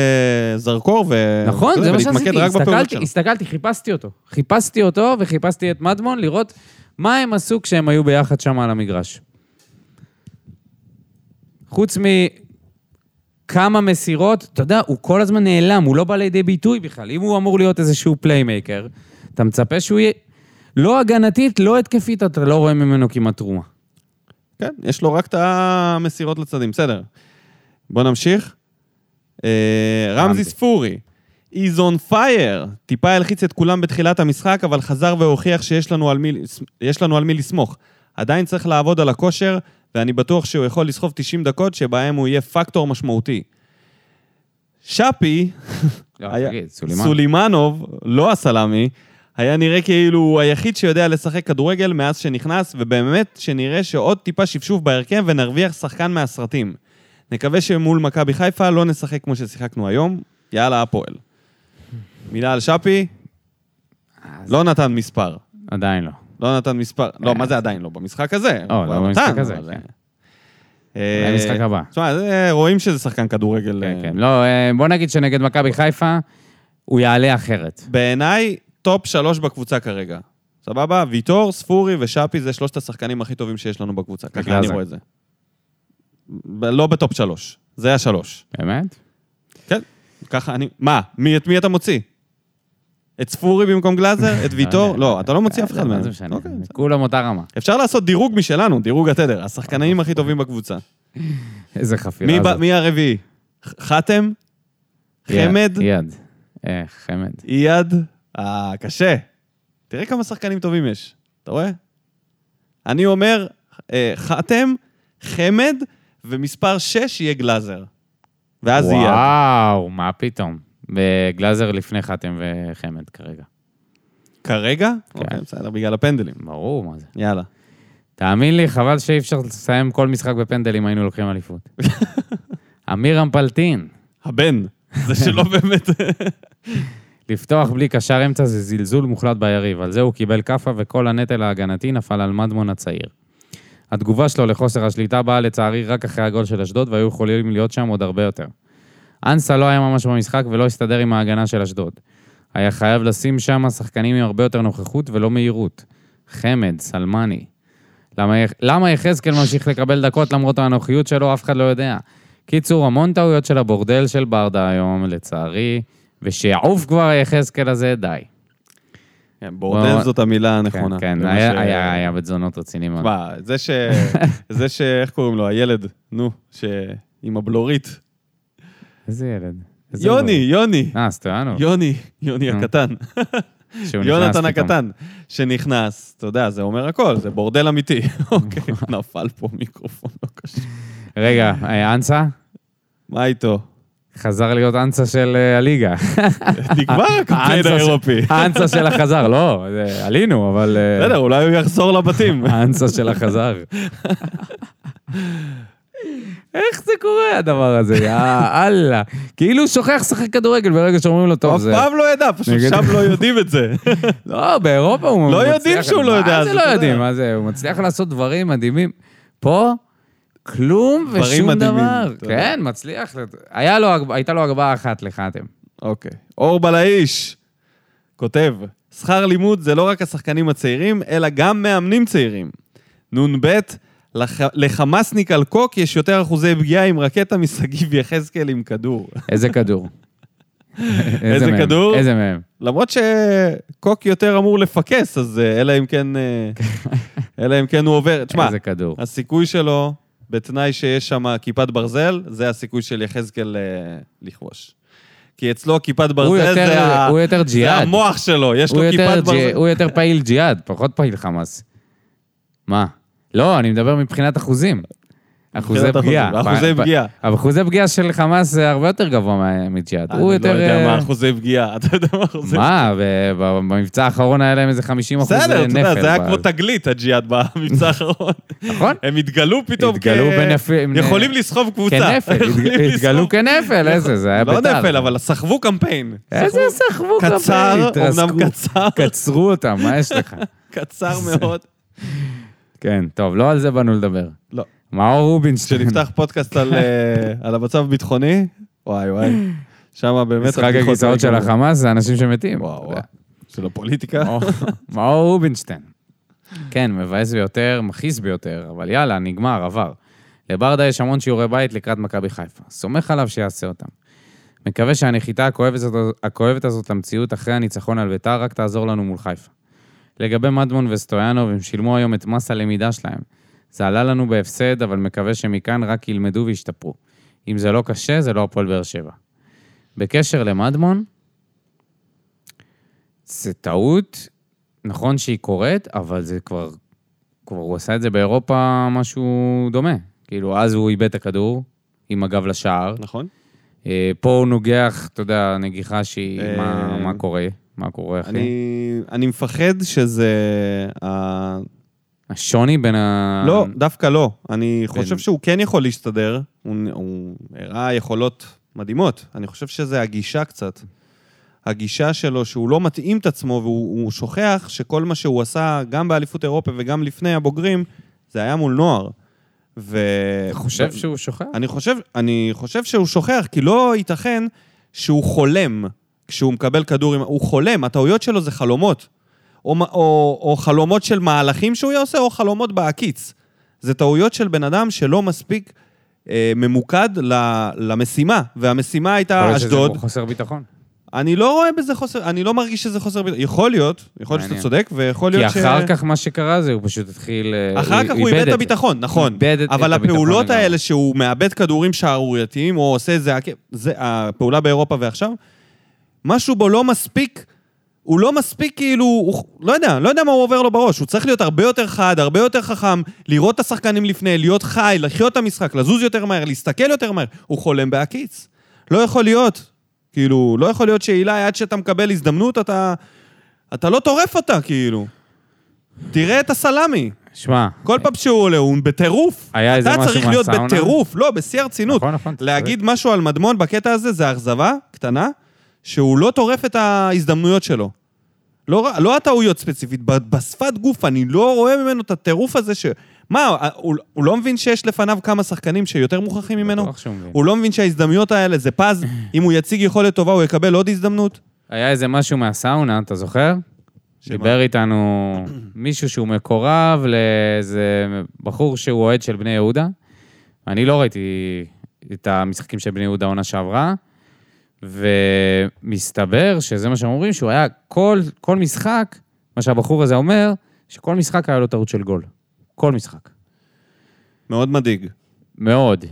A: זרקור ו...
B: נכון,
A: אתה
B: זה
A: יודע,
B: מה שעשיתי.
A: כן, ולהתמקד רק בפעולות
B: הסתכלתי,
A: שלו.
B: הסתכלתי, חיפשתי אותו. חיפשתי אותו וחיפשתי את מדמון לראות מה הם עשו כשהם היו ביחד שם על המגרש. חוץ מכמה מסירות, אתה יודע, הוא כל הזמן נעלם, הוא לא בא לידי ביטוי בכלל. אם הוא אמור להיות איזשהו פליימייקר, אתה מצפה שהוא יהיה... לא הגנתית, לא התקפית, אתה לא רואה ממנו כמעט תרומה.
A: כן, יש לו רק את המסירות לצדדים, בסדר. בוא נמשיך. אה,
B: רמזי.
A: רמזי ספורי, he's on fire. טיפה הלחיץ את כולם בתחילת המשחק, אבל חזר והוכיח שיש לנו על מי, לס- יש לנו על מי לסמוך. עדיין צריך לעבוד על הכושר, ואני בטוח שהוא יכול לסחוב 90 דקות שבהם הוא יהיה פקטור משמעותי. שפי,
B: לא,
A: היה-
B: תגיד, סולימאן.
A: סולימנוב, לא הסלאמי, היה נראה כאילו הוא היחיד שיודע לשחק כדורגל מאז שנכנס, ובאמת שנראה שעוד טיפה שפשוף בהרכב ונרוויח שחקן מהסרטים. נקווה שמול מכבי חיפה לא נשחק כמו ששיחקנו היום. יאללה, הפועל. מילה על שפי,
B: אז-
A: לא נתן מספר.
B: עדיין לא.
A: לא נתן מספר, לא, מה זה עדיין לא? במשחק הזה.
B: אה, לא,
A: הוא
B: לא
A: כבר
B: במשחק
A: נתן,
B: הזה,
A: אבל-
B: כן.
A: אה,
B: אולי במשחק הבא.
A: תשמע, זה- רואים שזה שחקן כדורגל.
B: כן,
A: אה,
B: כן. לא, אה, בוא נגיד שנגד מכבי חיפה, הוא יעלה אחרת.
A: בעיניי, טופ שלוש בקבוצה כרגע. סבבה? ויטור, ספורי ושאפי זה שלושת השחקנים הכי טובים שיש לנו בקבוצה. ככה אני
B: חזק.
A: רואה את זה. ב- לא בטופ שלוש. זה השלוש.
B: באמת?
A: כן. ככה אני... מה? מי, את מי אתה מוציא? את ספורי במקום גלאזר? את ויטור? לא, אתה לא מוציא אף אחד מהם.
B: אה, מה זה משנה?
A: אוקיי, בסדר.
B: כולם אותה רמה.
A: אפשר לעשות דירוג משלנו, דירוג התדר. השחקנים הכי טובים בקבוצה.
B: איזה
A: מי
B: חפירה
A: ב- מי הרביעי? ח- חתם?
B: כן.
A: חמד?
B: יד. אה, חמד.
A: אייד, אה, קשה. תראה כמה שחקנים טובים יש, אתה רואה? אני אומר, אה, חתם, חמד, ומספר 6 יהיה גלאזר. ואז אייד.
B: וואו, מה פתאום. וגלאזר לפני חתם וחמד כרגע.
A: כרגע?
B: כן.
A: אוקיי, בסדר, בגלל הפנדלים.
B: ברור, מה זה.
A: יאללה.
B: תאמין לי, חבל שאי אפשר לסיים כל משחק בפנדלים, היינו לוקחים אליפות. אמירם פלטין,
A: הבן. זה שלא באמת...
B: לפתוח בלי קשר אמצע זה זלזול מוחלט ביריב. על זה הוא קיבל כאפה וכל הנטל ההגנתי נפל על מדמון הצעיר. התגובה שלו לחוסר השליטה באה לצערי רק אחרי הגול של אשדוד, והיו יכולים להיות שם עוד הרבה יותר. אנסה לא היה ממש במשחק ולא הסתדר עם ההגנה של אשדוד. היה חייב לשים שם שחקנים עם הרבה יותר נוכחות ולא מהירות. חמד, סלמני. למה יח- למה יחזקאל ממשיך לקבל דקות למרות האנוכיות שלו, אף אחד לא יודע. קיצור, המון טעויות של הבורדל של ברדה היום, לצערי, ושיעוף כבר היחזקאל הזה, די.
A: כן, בורדל
B: בוא-
A: זאת המילה הנכונה.
B: כן, כן,
A: זה מה ש-
B: היה- היה היה בית זונות רציני מאוד.
A: תשמע, זה ש... זה ש... איך קוראים לו? הילד, נו, ש... עם הבלורית.
B: איזה ילד. איזה
A: יוני,
B: ילד.
A: יוני,
B: אה, סטויאנוב.
A: יוני, יוני
B: נו.
A: הקטן.
B: שהוא נכנס
A: יונתן
B: פתאום.
A: הקטן, שנכנס, אתה יודע, זה אומר הכל, זה בורדל אמיתי. אוקיי, נפל פה מיקרופון לא קשור.
B: רגע, אה, אנסה?
A: מה איתו?
B: חזר להיות אנסה של אה, הליגה.
A: נגמר הקמפיין
B: האנסה של-
A: האירופי.
B: האנסה של החזר, לא, זה- עלינו, אבל... אה,
A: בסדר, אולי הוא יחזור לבתים.
B: האנסה של החזר. איך זה קורה הדבר הזה, יא אללה. כאילו הוא שוכח לשחק כדורגל ברגע שאומרים לו, טוב,
A: אף
B: זה...
A: פעם לא ידע, פשוט
B: נגד-
A: שם לא יודעים את זה.
B: לא, באירופה הוא
A: לא
B: מצליח...
A: יודעים שהוא לא יודע,
B: מה
A: אז
B: זה
A: אתה
B: לא
A: יודע.
B: יודעים? מה זה? הוא מצליח לעשות דברים מדהימים. פה, כלום
A: דברים
B: ושום
A: מדהימים,
B: דבר.
A: אתה יודע.
B: כן, מצליח. היה לו הג- הייתה לו הגבהה אחת לחתם.
A: אוקיי. אור בלעיש כותב, שכר לימוד זה לא רק השחקנים הצעירים, אלא גם מאמנים צעירים. נ"ב, לח... לחמאסניק על קוק יש יותר אחוזי פגיעה עם רקטה משגיב יחזקאל עם כדור.
B: איזה כדור.
A: איזה
B: מהם?
A: כדור?
B: איזה מהם.
A: למרות שקוק יותר אמור לפקס, אז אה, אלא אם כן, אה, אלא אם כן הוא עובר. תשמע,
B: איזה כדור.
A: הסיכוי שלו, בתנאי שיש שם כיפת ברזל, זה הסיכוי של יחזקאל אה, לכבוש. כי אצלו כיפת ברזל
B: הוא יותר-
A: זה, ה...
B: הוא יותר
A: זה
B: ג'יהאד.
A: המוח שלו, יש לו
B: הוא יותר
A: כיפת
B: ג'-
A: ברזל.
B: הוא יותר פעיל ג'יהאד, פחות פעיל חמאס. מה? לא, אני מדבר מבחינת אחוזים. אחוזי
A: מבחינת
B: פגיעה.
A: אחוזים, אחוזי
B: פ- פ-
A: פגיעה.
B: אבל אחוזי פגיעה של חמאס זה הרבה יותר גבוה מה- מג'יהאד. הוא יותר...
A: אני לא יודע
B: אה,
A: מה אחוזי פגיעה, אתה יודע מה אחוזי...
B: מה, ב- ב- במבצע האחרון היה להם איזה 50 אחוז נפל.
A: בסדר, אתה יודע, זה היה
B: ב-
A: כמו תגלית, הג'יהאד במבצע האחרון.
B: נכון?
A: הם התגלו פתאום
B: התגלו בנפל- כן,
A: יכולים לסחוב קבוצה.
B: כנפל,
A: יכולים לסחוב-
B: התגלו כנפל, איזה, זה היה בית"ר.
A: לא נפל, אבל סחבו קמפיין.
B: איזה סחבו כנפל,
A: קצר,
B: התרסקו. כן.
A: אמנם קצר,
B: קצרו אותם, מה יש לך?
A: קצר מאוד.
B: כן, טוב, לא על זה באנו לדבר.
A: לא.
B: מאור רובינשטיין.
A: כשנפתח פודקאסט על, אה, על המצב הביטחוני, וואי וואי. שם באמת...
B: משחק אה.
A: הבדיחות
B: הכיסאות של
A: היו-
B: החמאס זה אנשים שמתים.
A: וואו,
B: אתה
A: וואו.
B: יודע.
A: של הפוליטיקה.
B: מאור- מאור רובינשטיין. כן, מבאס ביותר, מכעיס ביותר, אבל יאללה, נגמר, עבר. לברדה יש המון שיעורי בית לקראת מכבי חיפה. סומך עליו שיעשה אותם. מקווה שהנחיתה הכואבת הזאת, הכואבת הזאת למציאות אחרי הניצחון על ביתר רק תעזור לנו מול חיפה. לגבי מדמון וסטויאנוב, הם שילמו היום את מס הלמידה שלהם. זה עלה לנו בהפסד, אבל מקווה שמכאן רק ילמדו וישתפרו. אם זה לא קשה, זה לא הפועל באר שבע. בקשר למדמון, זה טעות, נכון שהיא קורית, אבל זה כבר... כבר הוא עשה את זה באירופה משהו דומה. כאילו, אז הוא איבד את הכדור, עם הגב לשער.
A: נכון?
B: אה, פה הוא נוגח, אתה יודע, נגיחה שהיא...
A: אה,
B: מה, מה קורה? מה קורה, אחי?
A: אני, אני מפחד שזה... ה-
B: השוני בין ה...
A: לא, דווקא לא. אני
B: אמ, בין-
A: חושב שהוא כן יכול להסתדר. הוא, הוא הראה יכולות מדהימות. אני חושב שזה הגישה קצת. הגישה שלו שהוא לא מתאים את עצמו והוא הוא שוכח שכל מה שהוא עשה, גם באליפות אירופה וגם לפני הבוגרים, זה היה מול נוער. ו...
B: אתה חושב שהוא שוכח?
A: אני חושב, אני חושב שהוא שוכח, כי לא ייתכן שהוא חולם כשהוא מקבל כדור. עם- הוא חולם, הטעויות שלו זה חלומות. או, מ- או, או חלומות של מהלכים שהוא יעשה, או חלומות בעקיץ. זה טעויות של בן אדם שלא מספיק אה, ממוקד ל, למשימה, והמשימה
B: יכול
A: הייתה
B: להיות שזה
A: אשדוד.
B: חוסר ביטחון.
A: אני לא רואה בזה חוסר, אני לא מרגיש שזה חוסר ביטחון. יכול להיות, יכול להיות שאתה
B: מעניין.
A: צודק, ויכול
B: כי
A: להיות ש...
B: אחר כך מה שקרה זה הוא פשוט התחיל... אה,
A: אחר כך הוא איבד את הביטחון, נכון.
B: איבד את-
A: אבל
B: את הביטחון
A: הפעולות
B: לגמרי.
A: האלה שהוא מאבד כדורים שערורייתיים, או עושה איזה... עקב- זה הפעולה באירופה ועכשיו, משהו בו לא מספיק, הוא לא מספיק כאילו... הוא, לא יודע, לא יודע מה הוא עובר לו בראש. הוא צריך להיות הרבה יותר חד, הרבה יותר חכם, לראות את השחקנים לפני, להיות חי, לחיות את המשחק, לזוז יותר מהר, להסתכל יותר מהר. הוא חולם בהקיץ. לא יכול להיות. כאילו, לא יכול להיות שאילי, עד שאתה מקבל הזדמנות, אתה... אתה לא טורף אותה, כאילו. תראה את הסלמי.
B: שמע,
A: כל פעם שהוא עולה, הוא בטירוף.
B: היה איזה משהו
A: אתה צריך להיות
B: מהסאונה?
A: בטירוף, לא, בשיא הרצינות.
B: נכון, נכון. אתה
A: להגיד משהו על מדמון בקטע הזה, זה אכזבה קטנה, שהוא לא טורף את ההזדמנויות שלו. לא, ר- לא הטעויות ספציפית, ב- בשפת גוף, אני לא רואה ממנו את הטירוף הזה ש... מה, הוא, הוא לא מבין שיש לפניו כמה שחקנים שיותר מוכרחים ממנו?
B: בטוח שהוא מבין.
A: הוא לא מבין שההזדמנויות האלה זה פז, אם הוא יציג יכולת טובה הוא יקבל עוד הזדמנות?
B: היה איזה משהו מהסאונה, אתה זוכר?
A: שמה?
B: דיבר איתנו מישהו שהוא מקורב לאיזה בחור שהוא אוהד של בני יהודה. אני לא ראיתי את המשחקים של בני יהודה עונה שעברה, ומסתבר שזה מה שהם אומרים, שהוא היה כל, כל משחק, מה שהבחור הזה אומר, שכל משחק היה לו טעות של גול. כל משחק.
A: מאוד מדאיג.
B: מאוד.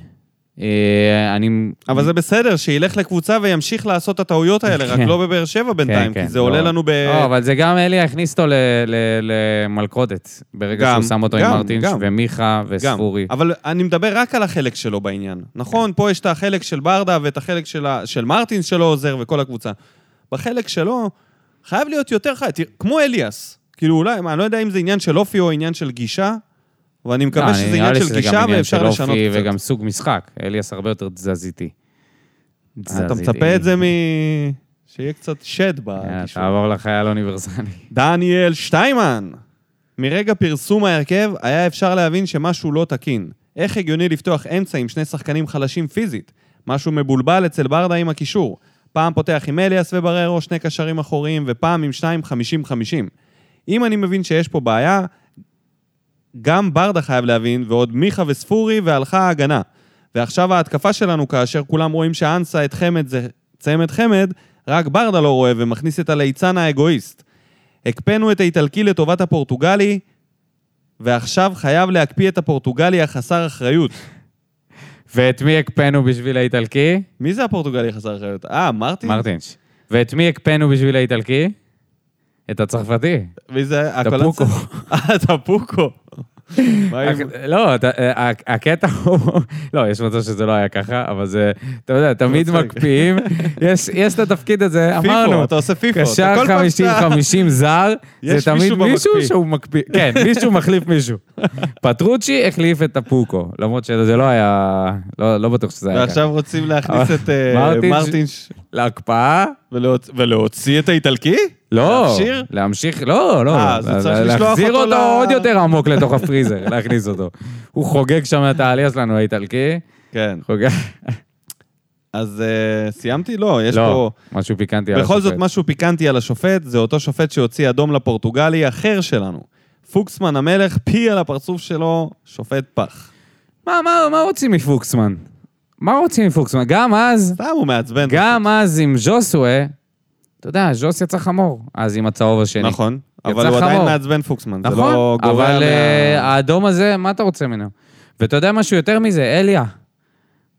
B: אה, אני...
A: אבל זה בסדר, שילך לקבוצה וימשיך לעשות את הטעויות האלה, רק
B: כן.
A: לא בבאר שבע בינתיים,
B: כן,
A: כי
B: כן,
A: זה
B: לא.
A: עולה לנו ב...
B: לא, אבל זה גם אליה הכניס אותו ל- ל- למלכודת, ברגע
A: גם,
B: שהוא שם אותו עם
A: גם,
B: מרטינש
A: גם.
B: ומיכה
A: גם.
B: וספורי.
A: אבל אני מדבר רק על החלק שלו בעניין. נכון, פה יש את החלק של ברדה ואת החלק של, ה... של מרטינס שלא עוזר וכל הקבוצה. בחלק שלו, חייב להיות יותר חי... תראה, כמו אליאס. כאילו, אולי, מה, אני לא יודע אם זה עניין של אופי או עניין של גישה, ואני מקווה
B: לא,
A: שזה
B: נראה
A: עניין
B: לי
A: של
B: שזה גם
A: גישה
B: עניין
A: ואפשר
B: של
A: לשנות
B: אופי
A: קצת.
B: וגם סוג משחק. אליאס הרבה יותר תזזיתי.
A: אה, אתה מצפה את זה אה, מ... שיהיה קצת
B: כן,
A: שד
B: יאללה,
A: בקישור.
B: אה, תעבור לחייל אוניברסלי.
A: דניאל שטיימן. מרגע פרסום ההרכב, היה אפשר להבין שמשהו לא תקין. איך הגיוני לפתוח אמצע עם שני שחקנים חלשים פיזית? משהו מבולבל אצל ברדה עם הקישור. פעם פותח עם אליאס ובררו, שני קשרים אחוריים, ופעם עם שניים 50-50. אם אני מבין שיש פה בעיה, גם ברדה חייב להבין, ועוד מיכה וספורי, והלכה ההגנה. ועכשיו ההתקפה שלנו, כאשר כולם רואים שאנסה את חמד זה צמד חמד, רק ברדה לא רואה ומכניס את הליצן האגואיסט. הקפאנו את האיטלקי לטובת הפורטוגלי, ועכשיו חייב להקפיא את הפורטוגלי החסר אחריות.
B: ואת מי הקפאנו בשביל האיטלקי?
A: מי זה הפורטוגלי החסר אחריות? אה, מרטין?
B: מרטינש. ואת מי הקפאנו בשביל האיטלקי? את הצרפתי.
A: מי זה?
B: דפוקו.
A: הקולנסה? אה, דפוקו. מה עם-
B: הק- לא, אתה- אה, הק- הקטע הוא... לא, יש מצב שזה לא היה ככה, אבל זה... אתה יודע, תמיד
A: מצחיק.
B: מקפיאים. יש- יש את התפקיד הזה,
A: פיפו,
B: אמרנו.
A: אתה עושה פיפו. אתה
B: קשר
A: כל פעם
B: 50-50 זר, זה
A: יש
B: תמיד
A: מישהו
B: מישהו
A: במקפיא.
B: שהוא מקפיא. כן, מישהו מחליף מישהו. פטרוצ'י החליף את הפוקו, למרות שזה לא היה... לא לא בטוח שזה היה ככה.
A: ועכשיו רוצים להכניס את אה,
B: מרטינש-
A: מרטינש
B: להקפאה?
A: ולהוצ- ולהוציא את האיטלקי?
B: לא.
A: להפשיר?
B: להמשיך? לא, לא.
A: אה, אז הוא צריך לשלוח
B: להחזיר
A: אותו
B: אותו
A: ל-
B: עוד יותר עמוק לתוך הפריזר, להכניס אותו. הוא חוגג שם את העלייה שלנו, האיטלקי.
A: כן.
B: חוגג.
A: אז אה, סיימתי? לא, יש
B: לא,
A: פה...
B: משהו פיקנטי על
A: בכל זאת,
B: השופט.
A: משהו פיקנטי על השופט, זה אותו שופט שהוציא אדום לפורטוגלי, אחר שלנו. פוקסמן המלך, פי על הפרצוף שלו, שופט פח.
B: מה, מה, מה רוצים מפוקסמן? מה רוצים מפוקסמן? גם אז,
A: סתם הוא מעצבן.
B: גם אז עם ז'וסווה, אתה יודע, ז'וס יצא חמור, אז עם הצהוב השני.
A: נכון,
B: יצא
A: אבל הוא עדיין
B: חמור.
A: מעצבן פוקסמן. זה
B: נכון,
A: לא גורע
B: אבל אה,
A: מה...
B: האדום הזה, מה אתה רוצה ממנו? ואתה יודע משהו יותר מזה, אליה,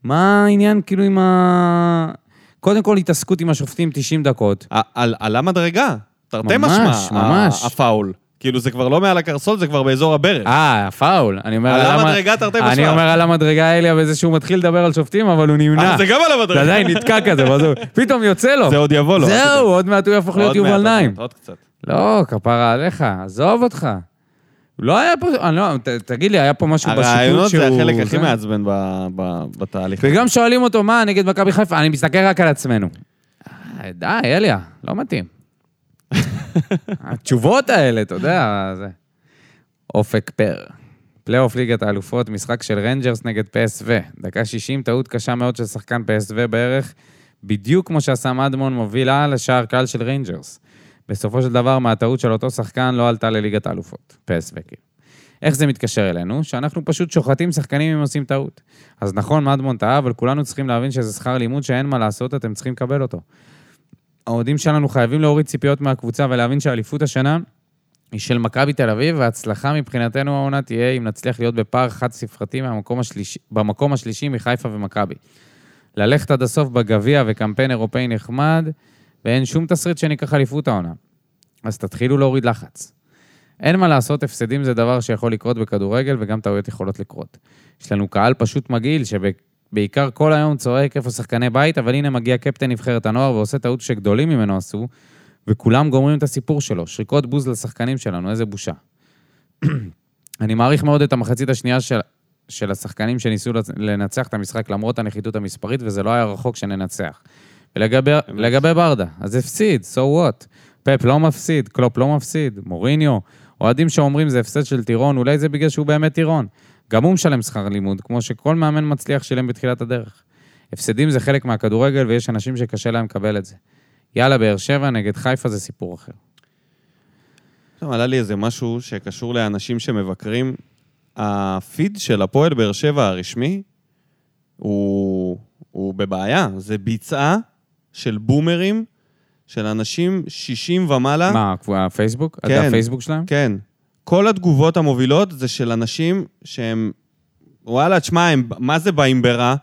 B: מה העניין כאילו עם ה... קודם כל התעסקות עם השופטים 90 דקות.
A: ה- על- עלה מדרגה, תרתי
B: ממש,
A: משמע,
B: ממש.
A: ה- הפאול. כאילו, זה כבר לא מעל הקרסול, זה כבר באזור הברך.
B: אה, הפאול. אני אומר,
A: על
B: המ-
A: המדרגה תרתי
B: אני
A: משמע.
B: אומר על המדרגה אליה בזה שהוא מתחיל לדבר על שופטים, אבל הוא נמנע.
A: אה, זה גם על
B: אתה
A: המדרגה.
B: עדיין נתקע כזה, ואז הוא- פתאום יוצא לו.
A: זה עוד יבוא לו. אל תדאג.
B: זהו, עוד מעט הוא יהפוך להיות
A: עוד מעט,
B: יובל
A: עוד
B: נעים.
A: מעט, עוד קצת.
B: לא, כפרה עליך, עזוב אותך. לא היה פה, אני לא, ת- תגיד לי, היה פה משהו בשיפוט
A: הרעיונות
B: שהוא...
A: זה החלק הכי
B: זה?
A: מעצבן ב- ב- בתהליך.
B: וגם שואלים אותו, מה, נגד מכבי חיפה? אני מסתכל רק על עצמנו. אה, די, אליה, לא מתאים. התשובות האלה, אתה יודע, זה... אופק פר. פלייאוף ליגת האלופות, משחק של רנג'רס נגד פסו. דקה 60, טעות קשה מאוד של שחקן פסו בערך, בדיוק כמו שעשה מדמון מוביל על לשער קל של ריינג'רס. בסופו של דבר, מהטעות של אותו שחקן לא עלתה לליגת האלופות. פסו, כאילו. איך זה מתקשר אלינו? שאנחנו פשוט שוחטים שחקנים אם עושים טעות. אז נכון, מדמון טעה, אבל כולנו צריכים להבין שזה שכר לימוד שאין מה לעשות, אתם צריכים לקבל אותו. האוהדים שלנו חייבים להוריד ציפיות מהקבוצה ולהבין שאליפות השנה היא של מכבי תל אביב, וההצלחה מבחינתנו העונה תהיה אם נצליח להיות בפער חד-ספרתי מהמקום השלישי, במקום השלישי מחיפה ומכבי. ללכת עד הסוף בגביע וקמפיין אירופאי נחמד, ואין שום תסריט שניקח אליפות העונה. אז תתחילו להוריד לחץ. אין מה לעשות, הפסדים זה דבר שיכול לקרות בכדורגל, וגם טעויות יכולות לקרות. יש לנו קהל פשוט מגעיל, שבעיקר כל היום צועק איפה שחקני בית, אבל הנה מגיע קפטן נבחרת הנוער ועושה טעות שגדולים ממנו עשו, וכולם גומרים את הסיפור שלו. שריקות בוז לשחקנים שלנו, איזה בושה. אני מעריך מאוד את המחצית השנייה של, של השחקנים שניסו לצ- לנצח את המשחק למרות הנחיתות המספרית, וזה לא היה רחוק שננצח. ולגבי לגבי ברדה, אז הפסיד, so what? פפ לא מפסיד, קלופ לא מפסיד, מוריניו, אוהדים שאומרים זה הפסד של טירון, אולי זה בגלל שהוא באמת טירון. גם הוא משלם שכר לימוד, כמו שכל מאמן מצליח שילם בתחילת הדרך. הפסדים זה חלק מהכדורגל, ויש אנשים שקשה להם לקבל את זה. יאללה, באר שבע נגד חיפה זה סיפור אחר.
A: עכשיו עלה לי איזה משהו שקשור לאנשים שמבקרים. הפיד של הפועל באר שבע הרשמי הוא, הוא בבעיה. זה ביצעה של בומרים, של אנשים 60 ומעלה.
B: מה, הפייסבוק?
A: אה? כן.
B: כן. הפייסבוק שלהם?
A: כן. כל התגובות המובילות זה של אנשים שהם, וואלה, תשמע, הם, מה זה באים ברע?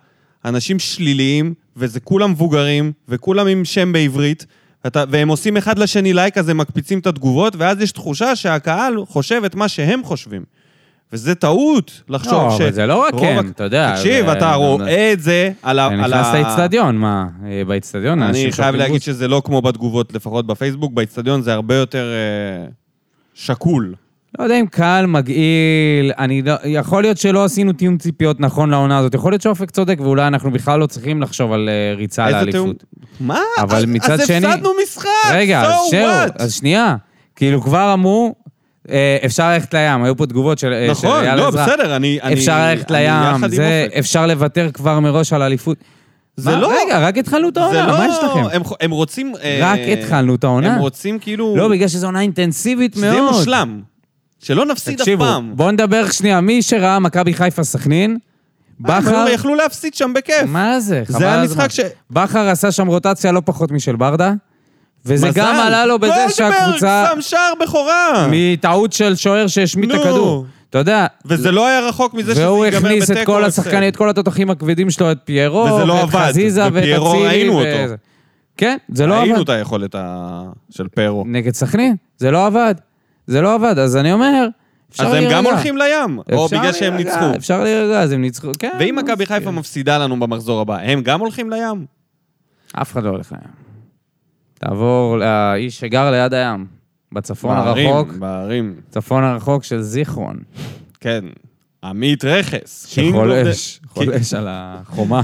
A: אנשים שליליים, וזה כולם מבוגרים, וכולם עם שם בעברית, ואתה, והם עושים אחד לשני לייק, אז הם מקפיצים את התגובות, ואז יש תחושה שהקהל חושב את מה שהם חושבים. וזה טעות לחשוב
B: לא,
A: ש...
B: אבל זה לא רק
A: רוב
B: הם,
A: הק-
B: אתה יודע,
A: תקשיב,
B: זה-
A: אתה רואה את זה על ה...
B: אני
A: על
B: נכנס
A: ה-
B: לאיצטדיון, מה? אה, באיצטדיון
A: אני
B: אנשים
A: חייב
B: שותים
A: להגיד
B: בוז?
A: שזה לא כמו בתגובות, לפחות בפייסבוק, באיצטדיון זה הרבה יותר אה, שקול.
B: לא יודע אם קהל מגעיל, אני לא... יכול להיות שלא עשינו תיאום ציפיות נכון לעונה הזאת, יכול להיות שאופק צודק ואולי אנחנו בכלל לא צריכים לחשוב על אה, ריצה
A: איזה
B: לאליפות.
A: תיאום? מה?
B: אבל
A: אז-
B: מצד
A: אז
B: שני-
A: הפסדנו משחק!
B: רגע,
A: so
B: אז זהו,
A: what?
B: אז שנייה. כאילו כבר אמרו, אה, אפשר ללכת לים, היו פה תגובות של אה, של
A: נכון,
B: אייל
A: לא,
B: עזרא.
A: בסדר, אני... אני-
B: אפשר ללכת
A: אני
B: לים,
A: יחד עם
B: זה,
A: אופק.
B: אפשר לוותר כבר מראש על אליפות.
A: זה
B: מה,
A: לא-
B: רגע, רק התחלנו את
A: זה
B: העונה,
A: לא-
B: מה יש לכם?
A: הם- הם רוצים... אה,
B: רק התחלנו את העונה.
A: הם רוצים כאילו...
B: לא, בגלל שזו עונה אינטנסיבית מאוד.
A: שזה יהיה מושלם. שלא נפסיד אף
B: תקשיבו,
A: פעם.
B: בואו נדבר שנייה, מי שראה מכבי חיפה סכנין, בכר...
A: הם אה, לא, יכלו להפסיד שם בכיף.
B: מה זה? חבל
A: זה
B: על
A: המשחק ש...
B: הזמן. בכר עשה שם רוטציה לא פחות משל ברדה, וזה
A: מזל.
B: גם עלה לו בזה שהקבוצה...
A: גולדברג שם שער בכורה!
B: מטעות של שוער שהשמיט את
A: נו.
B: הכדור. אתה יודע,
A: וזה לא היה רחוק מזה שזה ייגמר
B: והוא
A: בתיקו.
B: הכניס את כל
A: הפסד.
B: השחקנים, את כל התותחים הכבדים שלו, את פיירו,
A: וזה לא
B: ואת
A: עבד.
B: חזיזה ואת אצילי.
A: בפיירו ראינו אותו.
B: וזה. כן, זה לא
A: ראינו
B: עבד.
A: את היכולת ה- של פרו.
B: נגד סכנין, זה לא עבד. זה לא עבד, אז אני אומר, אפשר
A: אז הם
B: להירגע.
A: גם הולכים לים, או
B: אפשר
A: בגלל שהם
B: להירגע,
A: ניצחו.
B: אפשר להירגע, אז הם ניצחו, כן.
A: ואם
B: אז
A: מכבי חיפה מפסידה לנו במחזור הבא, הם גם הולכים לים?
B: אף אחד לא הולך לים. תעבור לאיש שגר ליד הים, בצפון
A: בערים,
B: הרחוק,
A: בערים,
B: צפון הרחוק של זיכרון,
A: כן. עמית רכס. King of
B: שחולש,
A: the-
B: חולש על החומה.